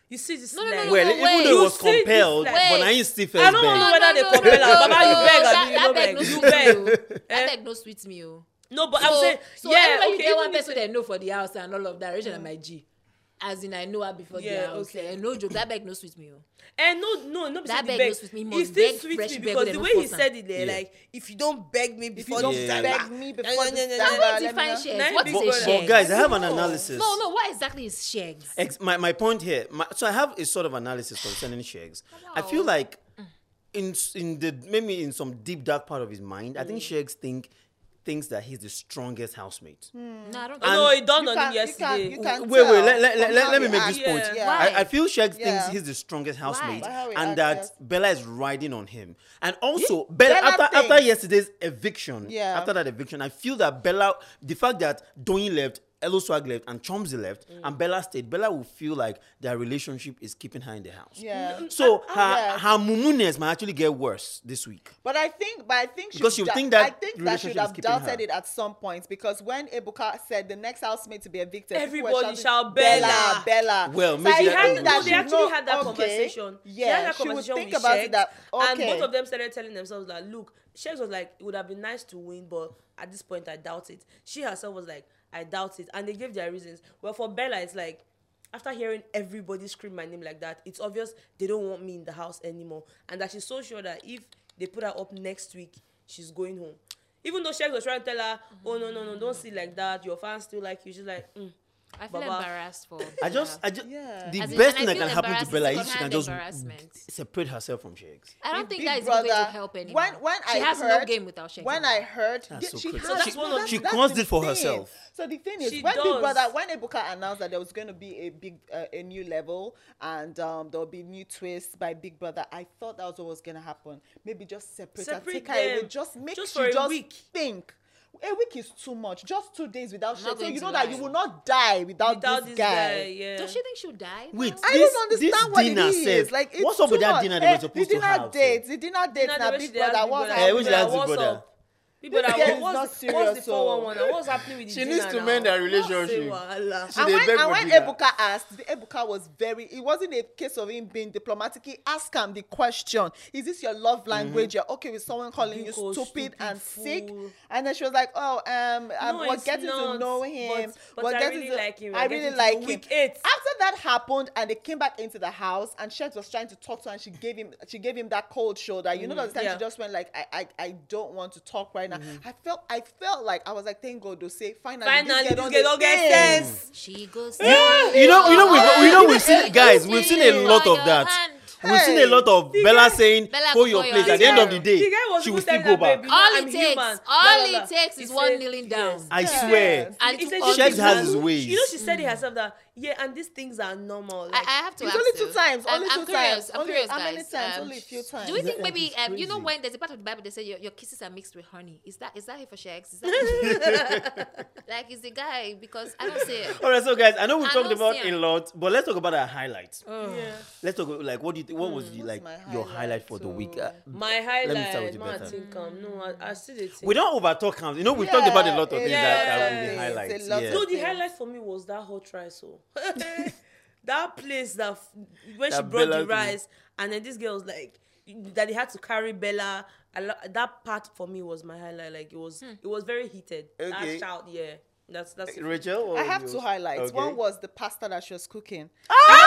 C: You see this
A: No, no, no,
C: leg?
A: no,
D: Well,
A: no,
D: even though
A: wait.
D: it was
C: You see this
D: compelled,
C: leg?
D: but
A: Wait.
D: I ain't still
C: I
D: first
C: don't know
D: beg.
C: whether
A: No,
C: they
A: no,
C: compel
A: no,
C: her. Baba,
A: no,
C: you
A: no,
C: beg,
A: that- that
C: abi, you no
A: beg
C: beg.
A: no
C: You
A: sweet
C: beg.
A: me, oh. That
C: Eh?
A: beg no sweet me, oh.
C: No, but I'm
A: so,
C: saying,
A: so
C: yeah,
A: everybody
C: okay.
A: get
C: even
A: one
C: if
A: person they know for the house and all of that. Rachel and my G. As in, I know her before
C: Yeah,
A: the house.
C: okay.
A: eh, no joke, that bag no sweet me. oh.
C: And no, no, no,
A: That
C: that
A: beg
C: beg
A: no sweet me,
C: He
A: must
C: still
A: beg
C: sweet
A: fresh
C: me
A: beg
C: because
A: with
C: the
A: them
C: way he
A: force am.
C: said it there,
D: Yeah.
C: like if you don't beg me
B: If you
C: before
B: don't
C: this
D: Yeah.
C: time,
B: beg
C: I-
B: me
C: Yeah,
B: before
C: yeah,
B: this
C: yeah,
B: time,
C: yeah.
A: Can
B: let
A: we
B: me
A: define
B: know.
A: shares?
C: Nine
A: What is
C: people
A: a
C: that-
A: share?
D: But guys, I have an
B: No.
D: analysis.
A: No, no. What exactly is shags?
D: Ex- my, my point here, my, so I have a sort of analysis concerning Shegs. I feel
A: Wow.
D: like in s- in the maybe in some deep dark part of his mind, I
A: Mm.
D: think Shegs think thinks that he's the strongest housemate.
A: No, I don't.
C: Oh, no,
A: know.
C: it dawned
B: You
C: on
B: can-
C: him
B: you
C: yesterday.
B: can- you can
D: Wait, wait,
B: tell
D: let, let,
B: from
D: let,
B: how
D: let me
B: he
D: make
B: acts.
D: this point.
C: Yeah.
A: Why?
D: I, I feel Shegs
B: Yeah.
D: thinks he's the strongest housemate
A: By
B: how he
D: and that
B: acts, yes.
D: Bella is riding on him. And also, Bella,
B: Bella
D: after,
B: thinks-
D: after yesterday's eviction,
B: Yeah.
D: after that eviction, I feel that Bella, the fact that Doyin left, Elo Swag left, and Chomsey left,
B: Mm.
D: and Bella stayed, Bella will feel like their relationship is keeping her in the house.
B: Yeah.
D: So her
B: yes.
D: her mumuness might actually get worse this week.
B: But I think, but I think she
D: Because you
B: da-
D: think that
B: I think that should
D: relationship is
B: have
D: keeping
B: doubted
D: her.
B: it at some point because when Ebuka said the next housemate to be evicted, people were
C: Everybody
B: shouting,
C: shall
B: Bella,
C: Bella."
B: Bella.
D: Well,
B: so
D: maybe
B: I
D: they
C: They
B: think
D: had-
C: had,
B: that
D: no,
C: no,
B: she
C: they actually
B: know,
C: had that
B: okay,
C: conversation.
B: Yeah,
C: they had that
B: she would
C: conversation
B: think
C: with
B: about
C: Shex,
B: it that okay,
C: and both of them started telling themselves that, look, Shex was like, it would have been nice to win, but at this point, I doubt it. She herself was like, I doubt it, and they gave their reasons. Well, for Bella, it's like. After hearing everybody scream my name like that, it's obvious they don't want me in the house anymore, and that she's so sure that if they put her up next week, she's going home. Even though Shex was trying to tell her, "Oh no, no, no, don't see like that. Your fans still like you." She's like, mm.
A: I feel
C: Baba.
A: embarrassed for.
D: I just,
A: I,
D: I just,
B: Yeah.
D: the
A: As in-
D: best
A: and
D: thing
A: I
D: that
A: feel
D: can happen to
A: embarrassed
D: Bella
A: is
D: is she can
A: secondhand
D: just
A: embarrassment.
D: separate herself from Shegs.
A: don't think
B: Big
A: that is even going to
B: Brother,
A: help anymore.
B: When when
A: she
B: I
A: has
B: heard,
A: no game without Shex.
B: When I heard,
D: That's
B: thi-
D: so
B: she
D: crazy.
B: has
D: So
C: that's one of-
D: she
B: that's
D: caused
B: the
D: it for
B: thing.
D: herself.
B: So the thing is,
C: She
B: when Big
C: does.
B: Brother, when Ebuka announced that there was going to be a big uh, a new level and um, there will be new twists by Big Brother, I thought that was what was going to happen. Maybe just separate, her,
C: Separate
B: take her away,
C: them.
B: just make
C: Just
B: she
C: for a
B: just
C: week.
B: think. A week is too much. Just two days
A: not
B: without Shex. So
A: going
B: you
A: to
B: know that
A: lie.
B: you will not die without,
C: without
B: this, guy.
C: yeah.
A: Does she think she'll die?
D: Wait,
A: now?
B: I
D: This-
B: don't
D: this
B: understand what
D: dinner
B: it is.
D: said-
B: like, it's
D: what's up
B: too
D: with that
B: much.
D: dinner they were
B: Eh,
D: supposed
B: the
D: to
B: dinner
D: have,
C: eh?
B: Dates, the dinner dates.
C: Dinner
B: Now
C: they
B: Big
C: were she- they had
B: Brother,
C: Big
B: what's
C: Brother.
D: Eh,
B: happening?
D: which that's the
C: what's
D: brother.
C: up? people
B: This
C: that
B: girl
C: were-
B: is not
C: what's, the- what's
B: serious,
C: the
B: oh.
C: 411 and what's happening with the
D: She needs
C: dinner
D: to
C: now?
D: mend her
C: Say
D: relationship.
C: wahala.
D: She
B: And
D: dey
B: when,
D: beg
B: and when
D: Godiva.
B: Ebuka asked, the Ebuka was very, it wasn't a case of him being diplomatic. He asked him the question Is this your love language? You're okay with someone calling you
C: Biko,
B: stupid,
C: stupid
B: and sick?
C: fool.
B: And then she was like, Oh, um, I'm,
C: No,
B: we're
C: it's
B: getting to
C: not,
B: know
C: but-
B: him.
C: but
B: we're
C: I
B: getting
C: really
B: to-
C: like him, we're
B: I
C: getting
B: really
C: to
B: like
C: know
B: him.
C: week eight.
B: After that happened, and they came back into the house, and Shet was trying to talk to her, and she gave him she gave him that cold shoulder. You know, that time
C: Mm, yeah. Mm-hmm.
B: she just went like, I, I I don't want to talk right now. I felt I felt like I was like, Thank God, they say finally,
C: Finally,
B: this
C: this
B: girl
C: girl
B: don't
C: don't
B: get
C: get
B: sense.
C: sense.
A: She goes.
D: Eh, you know, you know, we've, you know, we've seen guys. We've seen a lot of that. We've seen a lot of Bella saying,
A: Bella,
D: "Hold your
A: hold
D: place."
A: your
D: At the end of the
A: place.
D: day,
C: The guy was
D: she will
C: good
D: still
C: at
D: go
C: that,
D: back.
C: baby.
A: All
C: I'm
A: it
C: human.
A: takes-
C: La, la,
A: all
C: la.
A: it takes
C: He
A: is one
C: said-
A: kneeling
C: yes.
A: down.
D: I
B: Yeah.
D: swear.
A: And
C: He
A: to
C: said
A: all
C: she
D: Shags
A: these
D: has
A: men-
D: his ways.
C: You know, she said it herself that yeah, and these things are normal.
A: I,
C: Like,
A: I have to.
B: It's
A: ask
B: only two
A: you.
B: times,
A: I'm,
B: only
A: I'm
B: two
A: curious.
B: times,
A: I'm
B: only-
A: curious,
B: how
A: guys.
B: many times?
A: Um,
B: Only a few
A: Do you
B: times.
A: think
D: That
A: maybe
D: is
A: um, you know
D: crazy.
A: when there's a part of the Bible they say your, your kisses are mixed with honey? Is that is that it for shags? Is that like is the guy because I don't say it.
D: All right, so guys, I know we
A: I
D: talked
A: don't
D: about
A: see
D: a
A: 'em.
D: lot, but let's talk about our highlights.
C: yeah.
D: Let's talk like what do you think? What was the, like
B: Hmm, my
D: your
B: highlight
D: highlight for the week? Uh,
C: My
D: me start with
C: highlight,
D: you,
C: my
D: Bethan.
C: think um, no, I, I still did
D: we
C: think.
D: don't overtalk counts. You know, we've talked about a lot
B: Yeah,
D: of things that, that will
C: it's
D: be
C: a
D: highlights.
B: lot
D: Yeah.
C: No, the
B: Yeah.
C: highlight for me was that hot rice. Oh, that place that f- when she
D: That
C: brought
D: Bella
C: the
D: thing.
C: rice, and then this girl was like that they had to carry Bella. I lo- that part for me was my highlight. Like it was, it was very heated.
D: Okay.
C: That shout, yeah, that's that's. it.
D: Rachel, what
B: I
D: was
B: have
D: yours?
B: two highlights. One
D: Okay.
B: was the pasta that she was cooking.
C: Ah,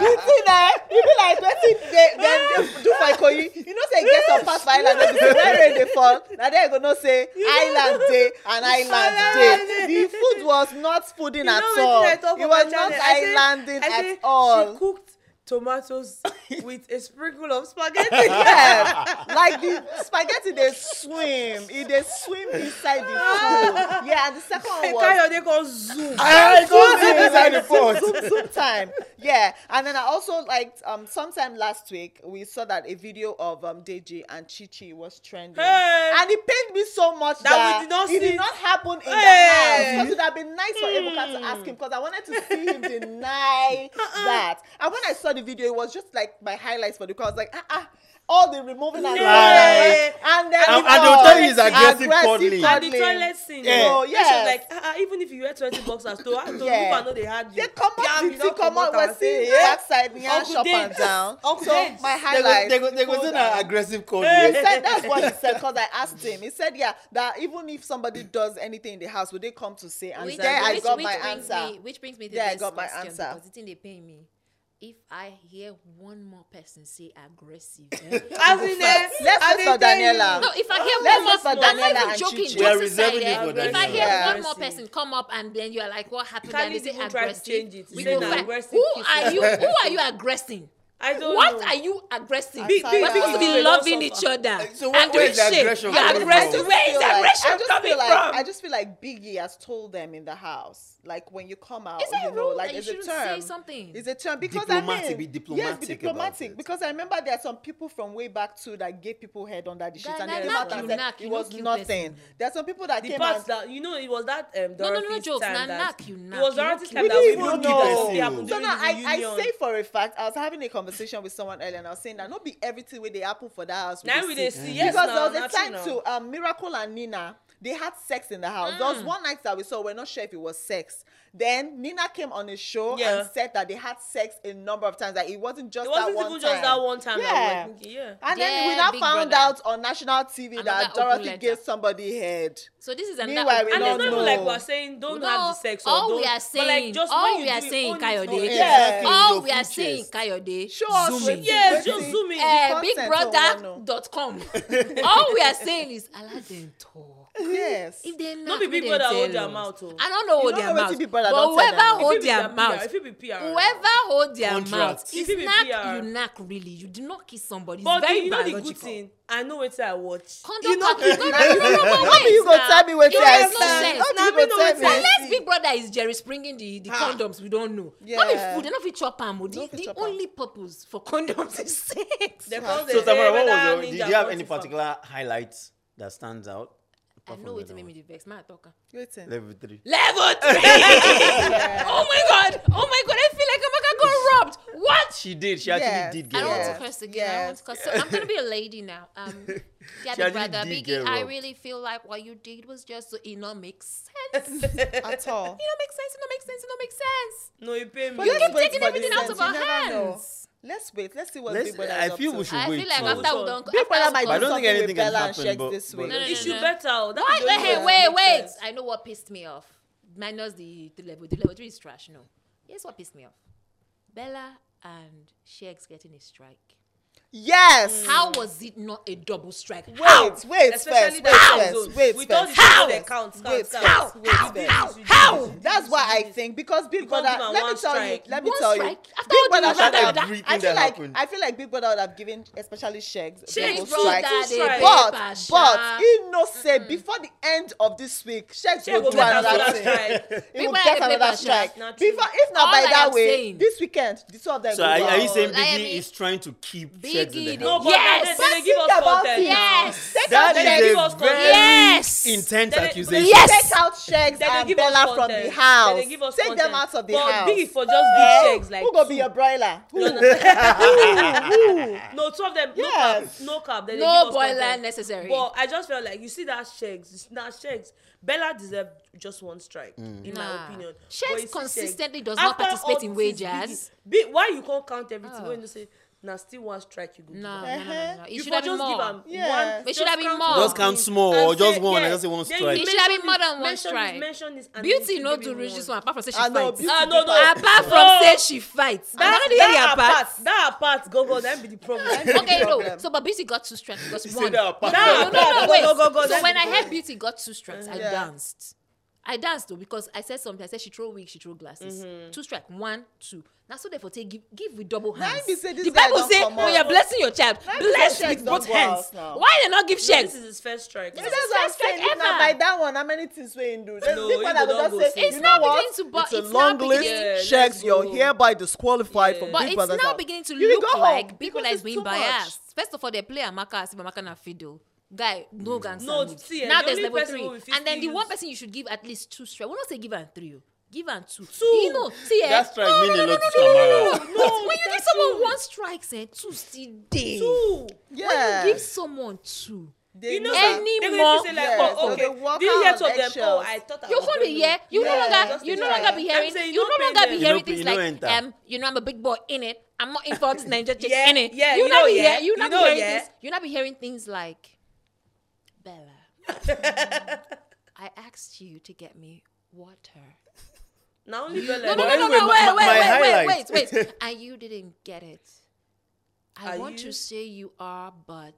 B: You see now, you be like wetin dey dem dey do for Ikoyi. You know say e get some past for island wey be say when rain dey fall, na there you go know say island dey and island dey. The food was not fooding
C: You
B: at
C: know
B: all.
C: wetin I
B: It
C: talk for
B: was
C: my
B: not
C: channel? I say-
B: islanding
C: I say
B: at all.
C: She cooked tomatoes with a sprinkle of spaghetti.
B: yeah like the spaghetti dey swim e dey swim inside the
C: Ah.
B: pool yeah and the second one was
C: Kayode called zoom.
D: I go see inside the pot.
B: zoom zoom time yeah and then i also liked um sometime last week we saw that a video of um deji and chichi was trending
C: Hey.
B: and it pained me so much that,
C: That we did not
B: it did
C: see.
B: not happen in
C: Hey. Hmm.
B: the house because it had been nice for ebuka to ask him because i wanted to see him deny
C: Uh-uh.
B: that and when i saw the video it was just like my highlights for the crowd I was like ah ah all the removing and
D: Like-
B: and then
D: And-
B: the
D: and they'll
B: all
D: tell you it's aggressive cuddling.
C: And the toilet scene.
D: Yeah.
C: Yeah.
B: Oh,
C: Oh,
B: yes.
C: yeah. Like, ah, ah, even if you wear 20 bucks as to, to
B: Yeah.
C: yeah. I know they had you.
B: they come
C: Yeah,
B: up
C: you
B: the
C: don't
B: come up we're
C: and
B: seeing
C: say, yeah.
B: outside near
C: Uncle
B: shop and
C: Dave.
B: down
C: Uncle
B: so
C: Dave.
B: my
D: They go,
B: highlight
D: they go, they go
B: people
D: send
B: that-
D: an aggressive code.
B: he said that's what he said because I asked him. He said, "Yeah, that even if somebody does anything in the house, would they come to say?" And
A: Which,
B: there I
A: which-
B: got
A: which
B: my
A: brings
B: answer.
A: Me, which brings me to
B: There I
A: this
B: got my
A: question
B: answer.
A: because the thing they pay me. If I hear one more person say aggressive,
C: As in, eh,
B: Let's
C: I
B: look
C: dey
B: for
C: tell you.
B: Daniela.
A: No, if I hear
B: Let's
A: one more,
B: look for
A: I'm not
B: Daniela
A: even
B: and
A: joking.
B: Chichi.
A: Just
D: We are reserving
A: aside,
D: for
A: eh, If I
D: Daniela.
A: hear one more
C: Aggressive.
A: person come up and then you are like, "What happened?"
C: Can't
A: and they say
C: even try to
A: aggressive.
C: change it.
A: We
C: Say
A: go
C: na
A: find
C: aggressive
A: who
C: kiss.
A: are you? Who are you aggressing?
C: I don't
A: What
C: know.
A: are you aggressing?
B: Big- big
A: We're supposed to
B: people
A: be
C: don't
A: loving each
C: suffer.
A: other.
D: so what-
A: and
D: where
A: doing
D: is the
A: shit.
D: aggression
A: You're
D: coming
A: aggressive.
D: from?
A: Where is
B: feel
A: the
B: like- I
A: aggression
B: just
A: coming
B: feel like
A: from?
B: I just feel like Biggie has told them in the house, like when you come out,
A: Is there
B: "Oh, you
A: a
B: know,
A: rule
B: like
A: that you
B: it's a
A: shouldn't
B: term.
A: say something?
B: It's a term because I
D: Diplomatic,
B: mean,
D: be
B: yes,
D: diplomatic
B: be
D: about
B: diplomatic
D: it.
B: because I remember there are some people from way back too that gave people head under the sheet
A: Guy,
B: and
A: na
B: they came
A: knack
B: out and
A: you,
B: said
A: knack,
B: it
A: you
B: was
A: no kill
B: nothing.
A: person.
B: There are some people that
C: The
B: came
C: parts
B: out.
C: that you know, it was that um,
A: No, no, no,
C: Dorothy's
A: jokes.
C: time
A: Na
C: that-
A: knack, you
C: It
A: knack.
C: was
A: You
C: Dorothy's
A: don't
C: time
B: We
C: that we
B: didn't
C: don't
B: even
C: do that.
B: know.
C: It happened
B: So
C: during
B: now
C: the
B: I, I
C: reunion.
B: say for a fact, I was having a conversation with someone earlier and I was saying that not be everything where they happen for that house.
C: Now we dey see, yes,
B: because
C: now,
B: there was a
C: nothing
B: time
C: now.
B: too, um, Miracle and Nina, they had sex in the house. There
C: Mm.
B: was one night that we saw, we're not sure if it was sex. Then Nina came on a show
C: Yeah.
B: and said that they had sex a number of times, that it wasn't just
C: It
B: that
C: wasn't
B: one
C: even
B: time.
C: just that one time
B: Yeah.
C: that we were thinking, yeah.
B: And then we
A: Yeah,
B: now
A: Big
B: found
A: Brother.
B: out on national TV that
A: Another open
B: Dorothy
A: letter.
B: gave somebody head.
A: So this is
B: Meanwhile,
A: another.
B: we
C: And
B: don't
C: it's not
B: know.
C: even like we're saying don't
A: No,
C: have the sex or
A: all
C: don't.
A: we are
C: but
A: saying,
C: like just
A: all
C: when
A: we
C: you
A: are
C: do it,
A: saying,
C: own it,
A: Kayode,
C: no,
B: Yeah.
A: all
D: Your
A: we are
D: features.
A: saying, Kayode,
B: Show us
D: Zoom
B: what
D: in.
B: you-
C: Yes,
B: what
C: just
B: you-
C: zoom in.
A: uh,
B: the content, oh, no.
A: bigbrother.com. all we are saying is allow them talk.
B: Yes.
A: If they
C: No
A: not
C: be Big Brother hold their mouth, oh.
A: I don't know
B: You
A: hold
B: don't
A: their
B: know
A: mouth.
B: wetin Big
A: But
B: Brother don tell
A: whoever
B: them.
A: hold
C: If it be
A: their
C: PR,
A: mouth,
C: If it be PR.
A: whoever hold their
D: Contract.
A: mouth,
C: If
A: it's
C: it be
A: knack,
C: PR.
A: you knack really. You do not kiss somebody. It's
C: But
A: very
C: the, you know the good
A: biological.
C: thing, I know what I watch.
A: Condom
C: know,
A: cock is not- no, no, no, but
B: How be
A: wait
B: you go
A: now.
B: tell me what
A: It
B: I
A: makes no
B: see?
A: sense.
B: How be
C: Now
B: you
C: me
B: go
C: know
B: tell
C: wetin
B: me?
C: I see.
A: unless big brother is jerry springing the the
B: Ah.
A: condoms we don't know
B: Yeah.
A: no be food they no fit chop am o the,
B: No fit
A: the
B: chop am.
A: only purpose for condoms is sex
C: They call
D: So
C: the
D: Tamara, what
C: Sarah
D: was your?
C: Ninja
D: Did you have any
C: Forty-four.
D: particular highlights that stands out?
A: i
D: apart
A: know
D: from the
A: wetin
D: other
A: make me
D: one?
A: dey vex ma talk am
B: Wetin?
D: Level three.
A: level three oh my god oh my god i feel like amaka go stopped. What?
D: She did. She
B: Yes.
D: actually did
A: I
D: get
A: don't want
B: Yeah.
A: to
D: robbed.
A: curse again. I
B: Yeah.
A: want to curse. So I'm gonna be a lady now. Um, yeah,
D: actually
A: big brother,
D: did
A: Biggie.
D: get
A: I
D: robbed.
A: really feel like what you did was just so it not make sense. it not make sense.
B: at all.
A: It not make sense. It not make sense.
C: No, you pay me.
B: But
A: You
B: let's
A: keep
B: wait
A: taking
B: for the
A: everything out
B: sense.
A: of
B: You
A: our
B: never know.
A: hands.
B: Let's wait. Let's see what
D: Let's-
B: Big Brother
D: I
B: is up
D: feel
B: to.
D: we should
A: I
D: wait
A: feel like
D: for-
A: after we
C: Which
A: don't,
C: one?
B: Big Brother
A: after
B: might
A: we
B: do
D: I
A: don't.
D: don't think
B: something
D: anything
B: with
D: has
B: Bella and
D: happened,
B: Shex
D: but-
B: this
D: but-
B: week.
D: No, no,
A: no,
C: It
A: no,
C: should
A: no.
C: better. oh, That
A: Why?
C: don't
A: Wait,
C: make
A: wait,
C: sense.
A: wait. I know what pissed me off. Minus the the level. The level three is trash. No. Here's what pissed me off. Bella and Shex getting a strike.
B: Yes.
A: How was it not a double strike? How?
B: Wait, wait, first,
C: Especially
B: wait,
C: the time
B: first,
C: zone.
B: wait,
C: With all the
B: first.
C: people that count,
B: Wait,
C: count, count.
B: how?
C: Wait,
B: How?
C: wait,
B: How?
C: wait, wait,
A: How?
C: wait.
B: That's why I think because Big
C: can't
B: Brother.
C: give her
B: Let me
C: one
B: tell you.
C: strike.
B: Let me
A: One
B: tell you.
A: strike? After
B: Big
A: all
B: Brother.
A: the
B: should
A: that-
B: have-
D: everything
B: I feel
D: that
B: like
D: happened.
B: I feel like Big Brother would have given, especially Shegs,
A: Shex
B: double
A: brought
B: strike.
A: that
C: Two
A: a
C: strikes.
B: But
A: paper sha.
B: but he no say before the end of this week, Shex
C: Shey
B: will
C: go
B: do
C: get
B: another
C: another
B: thing.
C: strike.
B: He will
A: People
B: get
A: are the
B: another
A: papers, yeah.
B: strike.
C: Not true.
B: Before, if not
A: All
B: by
A: I
B: that
A: am
B: way,
A: saying-
B: this weekend, the two of them.
D: So
B: go
D: are, are you
B: out.
D: saying
A: Like, I
D: Biggie
A: mean,
D: is trying to keep Shex in the
A: Biggie,
D: house?
A: no,
C: No, but
A: Yes.
C: then they give
B: Think
C: us
B: about
C: content.
B: it.
A: Yes.
B: Take out
D: That
C: Then they
B: Shegs.
D: is
C: give
D: a
C: us
D: very
C: content.
A: Yes.
D: intense
C: Then they-
D: accusation.
A: Yes.
B: Take out Shegs
C: Then they
B: and
C: give us
B: Bella from
C: content.
B: the
C: Then
B: house.
C: they give us
B: Take them
C: content.
B: out of the
C: but
B: house. Eh?
C: Big for just give checks like
B: Who gonna be your broiler? Who?
C: no two of them
B: Yes.
C: no cap no cap then they
A: No
C: give us
A: boiler
C: content.
A: necessary.
C: but i just felt like you see that shakes that shakes bella deserved just one strike in my
A: Nah.
C: opinion
A: Shakes
C: But you see
A: consistently does not
C: after all
A: participate in wagers.
C: this, Biggie- Big- why you can't count everything
A: Oh.
C: when you say na still one strike you go give
A: No,
C: am
A: no, no, no, no. It
C: you
A: should
C: for
A: have been
C: just give am
A: more.
B: Yeah.
C: one
A: It should
C: just
A: have been
C: count
A: more.
C: one
A: Just
D: count
C: thing
D: small
C: and
D: or just
C: say,
D: one,
C: yeah,
D: I just say one
C: then you
D: strike.
A: It should have been more
C: mention this,
A: than one
C: mention this,
A: strike.
C: mention this, and then
A: Beauty
C: you
A: no
C: give
A: do
C: him
A: reach
C: one.
A: this one apart from say she
B: I know,
A: fights.
B: beauty
C: Ah, no,
B: do
C: no.
B: that.
A: Apart from
C: No.
A: say she fights.
C: that,
A: Another area
C: that
A: apart.
C: apart that apart go go that be the problem
A: Okay, no.
B: problem.
A: So, but Beauty got two strikes. Because
D: You say
A: one.
D: that apart.
A: No, no, no,
C: Nah,
A: no,
C: go,
A: wait.
C: go, go, go,
A: so
C: that's
A: when
C: the
A: I
C: problem.
A: heard Beauty got two strikes, I
B: Yeah.
A: danced. I danced though because I said something. I said she throw wig, she throw glasses. Two strike, one, two. Now so therefore take give, give with double
B: Now
A: hands.
B: be say this
A: the
B: guy
A: Bible
B: don't
A: say
B: come
A: when you're
B: out.
A: blessing your child,
B: Now be say
A: bless
B: shakes
A: with
B: don't
A: both
B: go
A: hands.
B: out now.
A: Why they not give
C: No,
A: shakes?
C: this is his first strike.
B: That's
C: now.
B: what I'm
A: First strike
B: saying. If
A: ever.
B: not by that one, how many things we in do? This
C: No,
B: people
C: you
B: that
C: go
B: will
C: don't
B: just
C: go
B: say,
C: see.
A: It's
B: you know
A: now
B: what?
A: beginning to bo-
B: it's a
A: it's now
B: long list.
A: beginning-
C: Yeah,
B: Shegs,
C: let's
B: you're
C: go.
B: hereby disqualified
C: Yeah.
B: from
A: But
B: Big
A: it's
B: Brother.
A: now beginning to
B: You will
A: look
B: go home
A: like people
B: because
A: is
B: it's
A: being
B: too much.
A: biased. First of all, they play Amaka as if Amaka na Fido. Guy, no
B: Mm.
A: gang
C: No,
A: sandwich.
C: see, eh,
A: now
C: the
A: there's
C: only
A: level
C: person
A: three.
C: who will fit
A: And then the
C: you
A: one
C: is-
A: person you should give at least two strikes. We don't say give her three. oh. Give her two.
C: Two.
A: You know, see, eh?
D: That's right,
A: no,
D: mean
A: no,
D: a
A: no, no, no,
D: lot to
A: no, no, no, no,
D: Tamara.
A: When you
C: No,
A: give
C: Oh, that's
A: someone
C: true.
A: one strike, eh, two still day.
C: Two.
A: When
B: Yeah.
A: you give someone two,
B: They
C: You know,
B: that-
C: they
A: Any
C: go
A: more-
C: say like,
B: Yes,
C: oh,
B: so
C: okay.
B: they walk
C: Did you hear
B: out
C: two of them? Oh,
B: eggshells.
C: I thought I
A: You're
C: was
A: going to
C: going
A: hear. You
B: Yeah,
A: no longer,
B: just
A: you
B: to
A: no
B: try.
A: longer be
C: I'm
A: hearing. you
C: saying no
A: no longer
C: pay
A: be
C: them.
D: You no
A: hearing
D: pay-
A: things
D: you no
A: like,
D: enter.
A: um, you know, I'm a big boy in it. I'm not in for all this ninja chick
C: Yeah,
A: in it.
C: yeah,
A: you
C: you
A: not
C: know,
A: be
C: yeah,
A: hear- You
C: you
A: not be
C: know,
A: hearing
C: yeah.
A: things. You not be hearing things like, Bella. I asked you to get me water.
C: Now only Bella.
A: No, no,
D: But
A: no,
D: anyway,
A: no, wait,
D: my-
A: wait,
D: my
A: wait, wait,
D: highlight-
A: wait, wait, wait. And you didn't get it. I
C: Are
A: want
C: you-
A: to say you are, but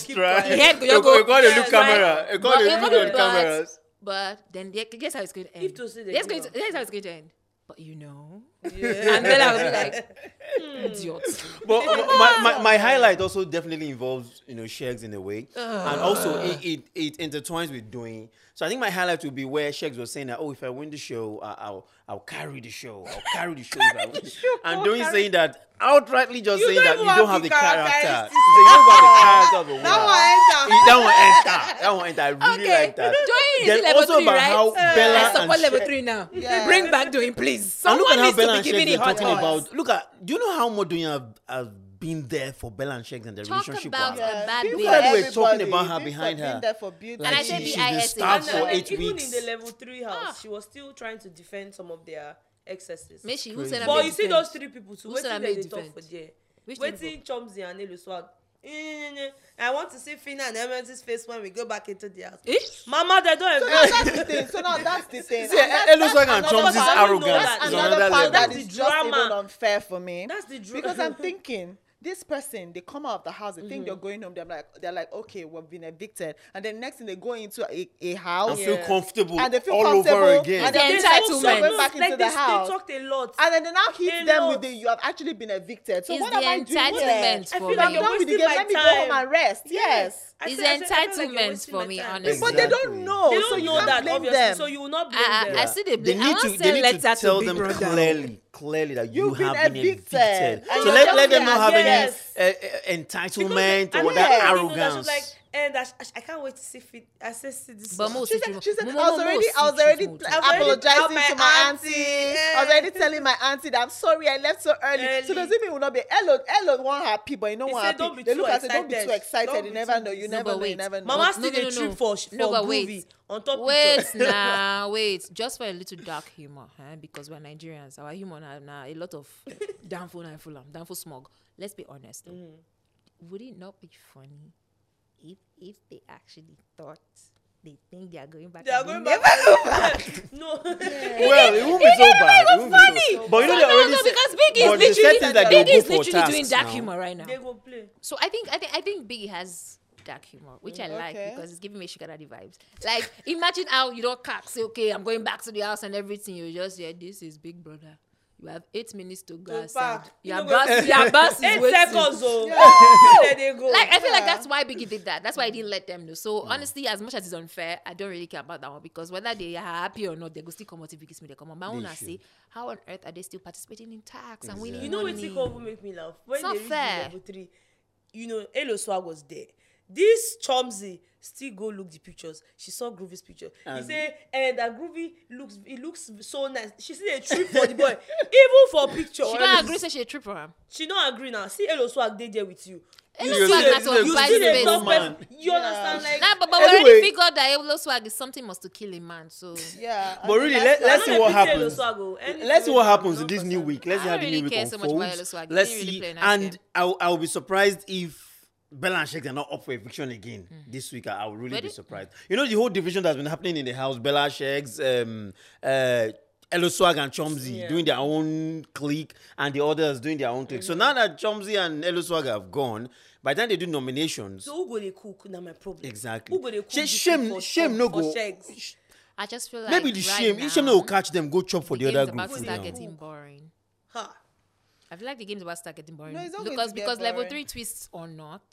D: Strike.
A: Yeah, go,
D: You
A: go.
D: you got a look
C: Yeah,
D: camera. You got a
A: But-
D: look
A: but-
D: on cameras.
A: But then there- guess how it's going to end.
C: If to say they
A: There's
C: give
A: going
C: up.
A: to- here's how it's going to end. But you know,
C: Yeah.
A: and then I will be like,
D: Hmm.
A: idiot.
D: But my, my, my highlight also definitely involves you know Shegs in a way, and also it, it it intertwines with doing. So I think my highlight would be where Shegs was saying that oh if I win the show I, I'll I'll carry the show I'll carry the show, if I win. and doing saying that outrightly just
C: You
D: saying
C: don't
D: that you
C: even
D: don't have
C: have
D: the
C: the
D: character.
C: characteristics.
D: You say you don't have the character of a winner.
B: Now I enter.
D: Eh, That one enter. That one enter. I really
A: okay.
D: like that.
A: Doing
D: Then
A: is level
D: also
A: three,
D: about
A: right?
D: how Bella
A: I support
D: and
A: level
D: Shek-
A: three now.
B: Yeah.
A: Bring back doing, please.
D: and look
A: Someone
D: at how
A: needs
D: Bella
A: to
D: and
A: be giving
D: Shegs
A: it
D: are
A: hot
D: talking
A: ones.
D: about. Look at. Do you know how much Doing have, have been there for Bella and Shegs and their
A: Talk
D: relationship?
A: about
D: was?
A: a bad
B: People
A: bitch.
B: for
D: Glad we're talking
B: everybody.
D: about her
B: People
D: behind
B: have
D: her.
B: been there for beauty.
D: Like
A: I
D: she,
A: said
D: she's
A: BIS
D: been
A: is
D: starved
A: bad.
D: for
A: And
D: eight
C: even
D: weeks.
C: in the level three house,
A: Ah.
C: she was still trying to defend some of their excesses.
A: Make she who
D: crazy.
A: said I
C: but
A: made
C: you see
A: defend.
C: those three people too.
A: Who
C: What's
A: said I
C: that
A: made
C: they talk for
A: defense?
C: there?
A: Which three
C: Waiting Chomsy and Elu Swag. I want to see Fina and Emerson's face when we go back into the house.
A: Eh?
C: Mama, they don't
B: So now
C: agree.
B: that's the thing. So now that's the thing.
D: See,
B: And that's-
D: Elu
B: that's
D: Swag and
B: another
D: Chomps is
B: part-
D: arrogant.
C: That's
D: It's
C: another
D: another
B: part
D: level.
B: that
C: That's
B: is
C: the
B: just
C: drama.
B: even unfair for me.
C: That's the drama.
B: Because I'm thinking, this person, they come out of the house, they
C: Mm-hmm.
B: think they're going home. They're like, they're like, okay, we've been evicted, and then next thing they go into a, a
D: and
B: house,
D: feel
C: Yeah.
D: comfortable
B: And they feel
D: all over
B: comfortable,
D: again.
B: and they-
C: They
A: Entitlement.
C: also-
A: Going
B: back
C: like
B: into
C: they,
B: the house.
C: They talked a lot.
B: and then they now hit
C: A
B: them
C: lot.
B: with the you have actually been evicted. So
A: It's
B: what
A: the
B: am I doing?
A: entitlement
B: I
A: for
B: feel like
A: me.
B: I'm done with the
C: You're
B: game.
C: wasting
B: Let me
C: my
B: go home
C: time.
B: and rest. Yes.
C: I
A: It's
C: said- I said- I felt like you're
A: entitlement
C: wasting
A: for
C: my
A: me,
C: time.
A: honestly. Ah,
B: But they
D: Exactly.
B: don't know.
C: They don't
B: so you
C: Oh, know
B: can't
C: that,
B: blame
C: obviously.
B: them.
C: So you will not blame
A: I,
C: them.
A: I, I see the.
D: They
A: I
D: need
A: want
D: to,
A: to
D: they
A: send
D: need
A: letter
D: to
A: to
D: tell
A: Big
D: them
A: Brother.
D: clearly, clearly that you
B: You've been
D: have been
B: evicted.
D: evicted.
B: And
D: So
B: you
D: let,
B: don't
D: let them
B: care.
D: not have
B: Yes.
D: any uh, uh, entitlement
B: yes.
D: or that
C: Because- and then, you know, that's
D: arrogance.
C: just Like, And I, sh- I, sh- I can't wait to see fit. I say see this.
A: But
C: one.
A: most-
B: She
A: Mo-
B: said, she said I
A: Mo-
B: was
A: Mo-
B: already, I was
A: Mo-
B: already
A: Mo-
C: I've already
B: apologizing
C: told my
B: to my
C: auntie,
B: auntie.
C: yeah.
B: I was already telling my auntie that I'm sorry I left so early. So
C: Early.
B: does it mean we'll not be hello, hello, one happy, but you know
C: They
B: one
C: say,
B: happy.
C: "Don't be
B: they
C: too
B: look at it, don't be
C: excited.
B: too excited.
C: Don't
B: you
C: be
B: never
C: too
B: know, you
C: busy." No,
B: never
A: but
B: know, you
A: wait.
B: never know.
C: Mama still
A: no,
C: dey
A: no,
C: trip
A: no.
C: for sh-
A: No,
C: for
A: but wait.
C: movie on top
A: Wait
C: picture.
A: now, wait. Just for a little dark humor, huh? because we're Nigerians. Our humor now, now a lot of downfall and full um, downfall smog. Let's be honest. though. Would it not be funny if if they actually thought they think they are going back?
C: They
A: and
C: are
A: they
C: going
A: never-
C: back. no.
D: well, it won't be so bad. It won't be so-
A: funny.
D: But you know they
A: No, no,
D: already
A: no,
D: said-
A: because Big is
D: but they said
A: literally-
D: things that they'll
A: Big
D: go
A: is
D: for
A: literally doing
D: tasks
A: dark
D: now.
A: humor right now.
C: They go play.
A: So I think I think I think Biggie has dark humor, which I like
B: okay.
A: because it's giving me sugar daddy vibes. Like imagine how you don't cack say, okay, I'm going back to the house and everything. You just yeah, this is Big Brother. You have eight minutes to go
C: To
A: outside.
C: pack. You
A: Your
C: no go-
A: bus, your bus is
C: Eight
A: waiting.
C: seconds oh. Yeah. There they go.
A: Like I feel like
B: Yeah.
A: that's why Biggie did that. That's why I didn't let them know. So honestly, as much as it's unfair, I don't really care about that one because whether they are happy or not, they go still come out if Biggie's me. They come out. My own, I
D: should.
A: say, how on earth are they still participating in tax and winning
C: you know
A: money?
C: wetin come even make me laugh when
A: It's not
C: they reach
A: fair.
C: the level three you know elo swag was there this chomzy still go look the pictures she saw groovy's picture um, he
D: And-
C: say eh that groovy looks he looks so nice she still dey trip for the boy even for picture
A: she don't agree, say she a trip for him.
C: she no agree na see elo swag dey there with you
A: Elo
D: You
A: Swag
D: see
A: na
D: the-
A: to
D: you
A: buy
D: see the
A: space.
D: top man.
C: person you understand like
A: Nah, but, but we
D: Anyway.
A: already figured that Elo swag is something must to kill a man. So
B: Yeah. I
D: But
B: mean,
D: really,
B: that's
D: let,
B: why-
D: let's
C: I
D: see what
C: don't know if it's
D: happens.
C: Yellow Swag or anything
D: Let's see what
C: else,
D: happens in
C: not
D: this new
C: concerned.
D: week. Let's see
A: I
D: how
A: don't
D: the new
A: really
D: week
A: care so much about
D: unfolds.
A: Yellow Swag. They
D: Let's
A: didn't really
D: see.
A: play a nice
D: And
A: game.
D: I will- I will be surprised if Bella and Sheikh are not up for eviction again
A: Mm.
D: this week. I I will really be
A: Really?
D: surprised. You know the whole division that's been happening in the house. Bella Sheikh's, um, uh, Elo Swag and Chomzy
C: Yeah.
D: doing their own clique, and the others doing their own clique.
A: Mm.
D: So now that Chomzy and Elo Swag have gone, by the time they do nominations,
C: so who go dey cook na my problem
D: exactly.
C: who go dey cook
D: Shame-
C: the food
D: shame,
C: for-
D: shame,
C: for-
D: no
C: for
D: go.
C: sheggs?
A: I just feel like
D: Maybe the
A: right
D: shame,
A: now,
D: shame no will catch them. Go chop for the,
A: game's
D: other
A: about to
D: group. food
A: start
D: now.
A: getting boring.
C: ha
A: I feel like the game's about to start getting boring
B: No, it's not going
A: because
B: to get
A: because level
B: boring.
A: three twists or not,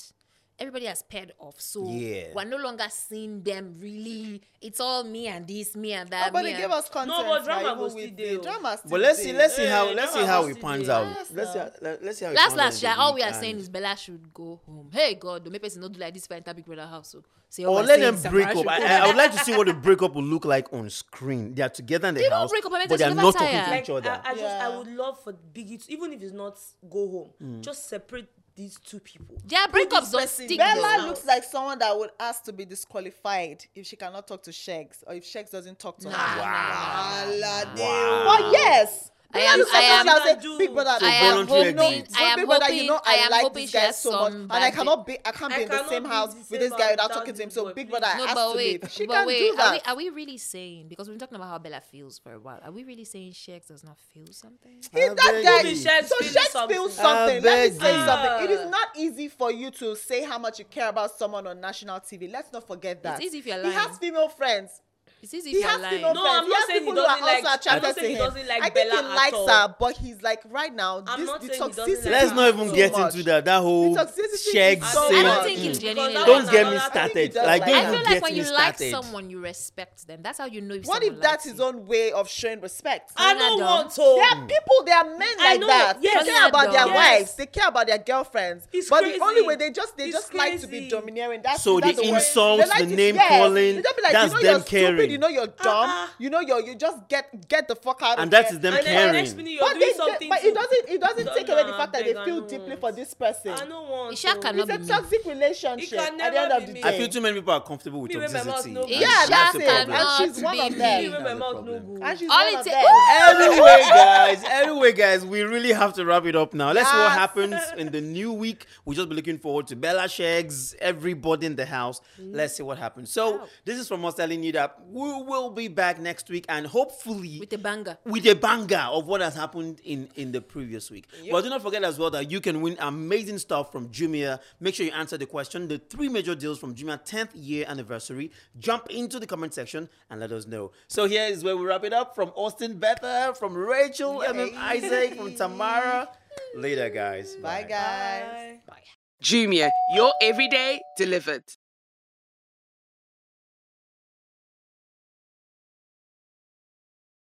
A: everybody has paired off. So
D: Yeah.
A: we're no longer seeing them really. It's all me and this, me and that.
B: Oh, but
A: me
B: they
A: and-
B: gave us content.
C: but
B: now,
C: drama
B: even
C: go
B: with
C: still
B: the
C: dey.
B: Drama still
D: But let's see,
B: dey.
D: let's see how
C: Hey,
D: let's
C: that
D: see
C: one
D: how
C: was
D: it
C: the
D: pans
C: day.
D: out.
B: Yes,
D: Let's see.
B: now.
D: How, let- let's see how. it
A: Last
D: pans out
A: last
D: in
A: year,
D: the
A: all we
D: week
A: are saying
D: and-
A: is Bella should go home. Hey God, the make person not do like this for enter Big Brother house. So, say all
D: Or
A: we're
D: let
A: saying
D: them
A: is that
D: break
A: Bella
D: up.
A: should
D: I,
A: go.
D: I- I would like to see what the breakup will look like on screen. They are together in the
A: They don't
D: house,
A: break up, I mean,
D: but they
A: they're
D: are
A: together
D: not talking
A: tired.
D: to
C: like
D: each other.
C: I, I just
B: Yeah.
C: I would love for Biggie to even if it's not go home,
D: Mm.
C: just separate these two people.
A: Their
C: Put this
A: breakups don't
C: person
A: stick.
C: down.
A: though.
B: Bella looks like someone that would ask to be disqualified if she cannot talk to Shex or if Shex doesn't talk to her.
A: Nah,
B: Alade.
D: Wow.
B: But yes,
A: I
B: Bella
A: am-
B: looks like
A: I
B: someone
A: am-
B: that would say, Big Brother,
A: I am
D: voluntary
A: hoping.
D: exit.
B: So
A: I am
B: Big Brother,
A: hoping.
B: you know
A: I
B: I,
A: am
B: like
A: hoping
B: this
A: she
B: guy
A: has
B: so much,
A: some
B: and I
A: bad
B: cannot be I can't
C: I
B: be in the
C: cannot
B: same
C: be
B: house
C: the
B: with
C: same
B: this guy
C: house
B: without
C: without
B: talking to him.
C: this
B: So
C: boy,
B: Big
C: please.
B: Brother
A: No,
B: has
A: but
B: to
A: wait,
B: leave. She
A: but
B: can
A: wait,
B: do
A: Are we,
B: that.
A: are we really saying because we've been talking about how Bella feels for a while? Are we really saying Shex does not feel something?
B: If that
D: Abeg
B: guy,
D: you.
C: Shex
B: so
C: feels
B: Shex
C: something.
B: feels something. Let me
D: Abeg
B: say
D: you.
B: something. It is not easy for you to say how much you care about someone on national TV. Let's not forget that.
A: easy if you're
B: He has
A: lying.
B: female friends.
A: It's easy
B: he
A: if you're
B: has
A: lying.
B: female
C: No,
B: friends.
C: I'm
B: he
C: not
B: has
C: saying he
B: people who are also
C: doesn't like- I'm
B: attracted
C: not
B: to
C: saying he
B: him.
C: doesn't like
B: I think
C: Bella
B: he
C: at
B: likes
C: all.
B: her, but he's like right now.
C: I'm
B: this,
C: not
B: the
C: saying he doesn't
B: toxicity.
C: like
D: Let's
C: her.
D: not even
B: is
D: get
B: too much.
D: into that. That whole
B: The toxicity
D: Shex
B: is so
A: I
D: saying-
A: don't
B: much.
A: think he's
C: Mm.
A: genuinely.
C: Because
D: Don't
A: like
C: That's
A: that.
D: get me
C: another thing
D: started.
B: he does
D: Like
B: like
D: don't
B: that.
A: I
D: even
A: feel
D: get
A: like when
D: me
A: you like
D: started.
A: someone, you respect them. That's how you know if
B: What
A: someone
B: if that's
A: likes
B: his
A: you.
B: own way of showing respect?
C: I don't
A: Another.
C: want to.
B: There are people, there are men
C: Ah. I
B: like
C: know,
B: that.
C: yes.
B: They care about their
A: Yes.
B: wives, they care about their girlfriends.
C: It's
B: but
C: crazy.
B: the only way they just they
C: It's
B: just like to be
C: crazy.
B: domineering. That's
D: So
B: is that
D: the
B: word?
D: insults,
B: They like
D: the
B: to-
D: name
B: yes.
D: calling,
B: They just be like,
D: that's
B: you know
D: them
B: you're
D: caring.
B: Stupid, you know you're dumb.
C: Uh-uh.
B: You know you're you just get get the fuck out.
D: And
B: of
D: that
B: here.
D: is them
C: and then the next
D: caring.
C: minute you're
B: But,
C: doing
B: they,
C: something.
B: they, but
C: to-
B: it doesn't it doesn't
C: Don't
B: take away the
C: know,
B: fact that they
C: beg, I
B: feel
C: don't
B: deeply
C: want.
B: for this person.
C: I don't want.
A: Isha
C: to.
A: cannot
B: It's
A: be
B: a
A: me.
B: toxic relationship.
C: It can
B: At the end
C: never
B: of
C: be
B: the
C: me.
B: day,
D: I feel too many people are comfortable with
C: Me, when my mouth
D: toxicity.
C: no
D: and
C: good.
B: Yeah,
D: that's
B: that's
D: the
B: it.
D: problem.
B: And she's one
A: Cannot be
B: of
C: Me,
B: them.
C: when my
D: That's the
C: mouth no
D: problem.
C: good.
B: And she's
A: All it
B: one of
A: ta-
B: them.
D: anyway, guys, anyway, guys, we really have to wrap it up now. Let's see what
B: Yes.
D: happens in the new week. We'll just be looking forward to Bella Shags, everybody in the house. Let's see what happens. So,
A: Wow.
D: this is from us telling you that we will be back next week and hopefully
A: With a banger.
D: with a banger of what has happened in in the previous week. But do not forget as well that you can win amazing stuff from Jumia. Make sure you answer the question: the three major deals from Jumia 10th year anniversary. Jump into the comment section and let us know. So here is where we wrap it up. From Austin Bether, from Rachel, MM Isaac, from Tamara. Later, guys.
B: Bye guys.
C: Bye.
E: Jumia, your everyday delivered.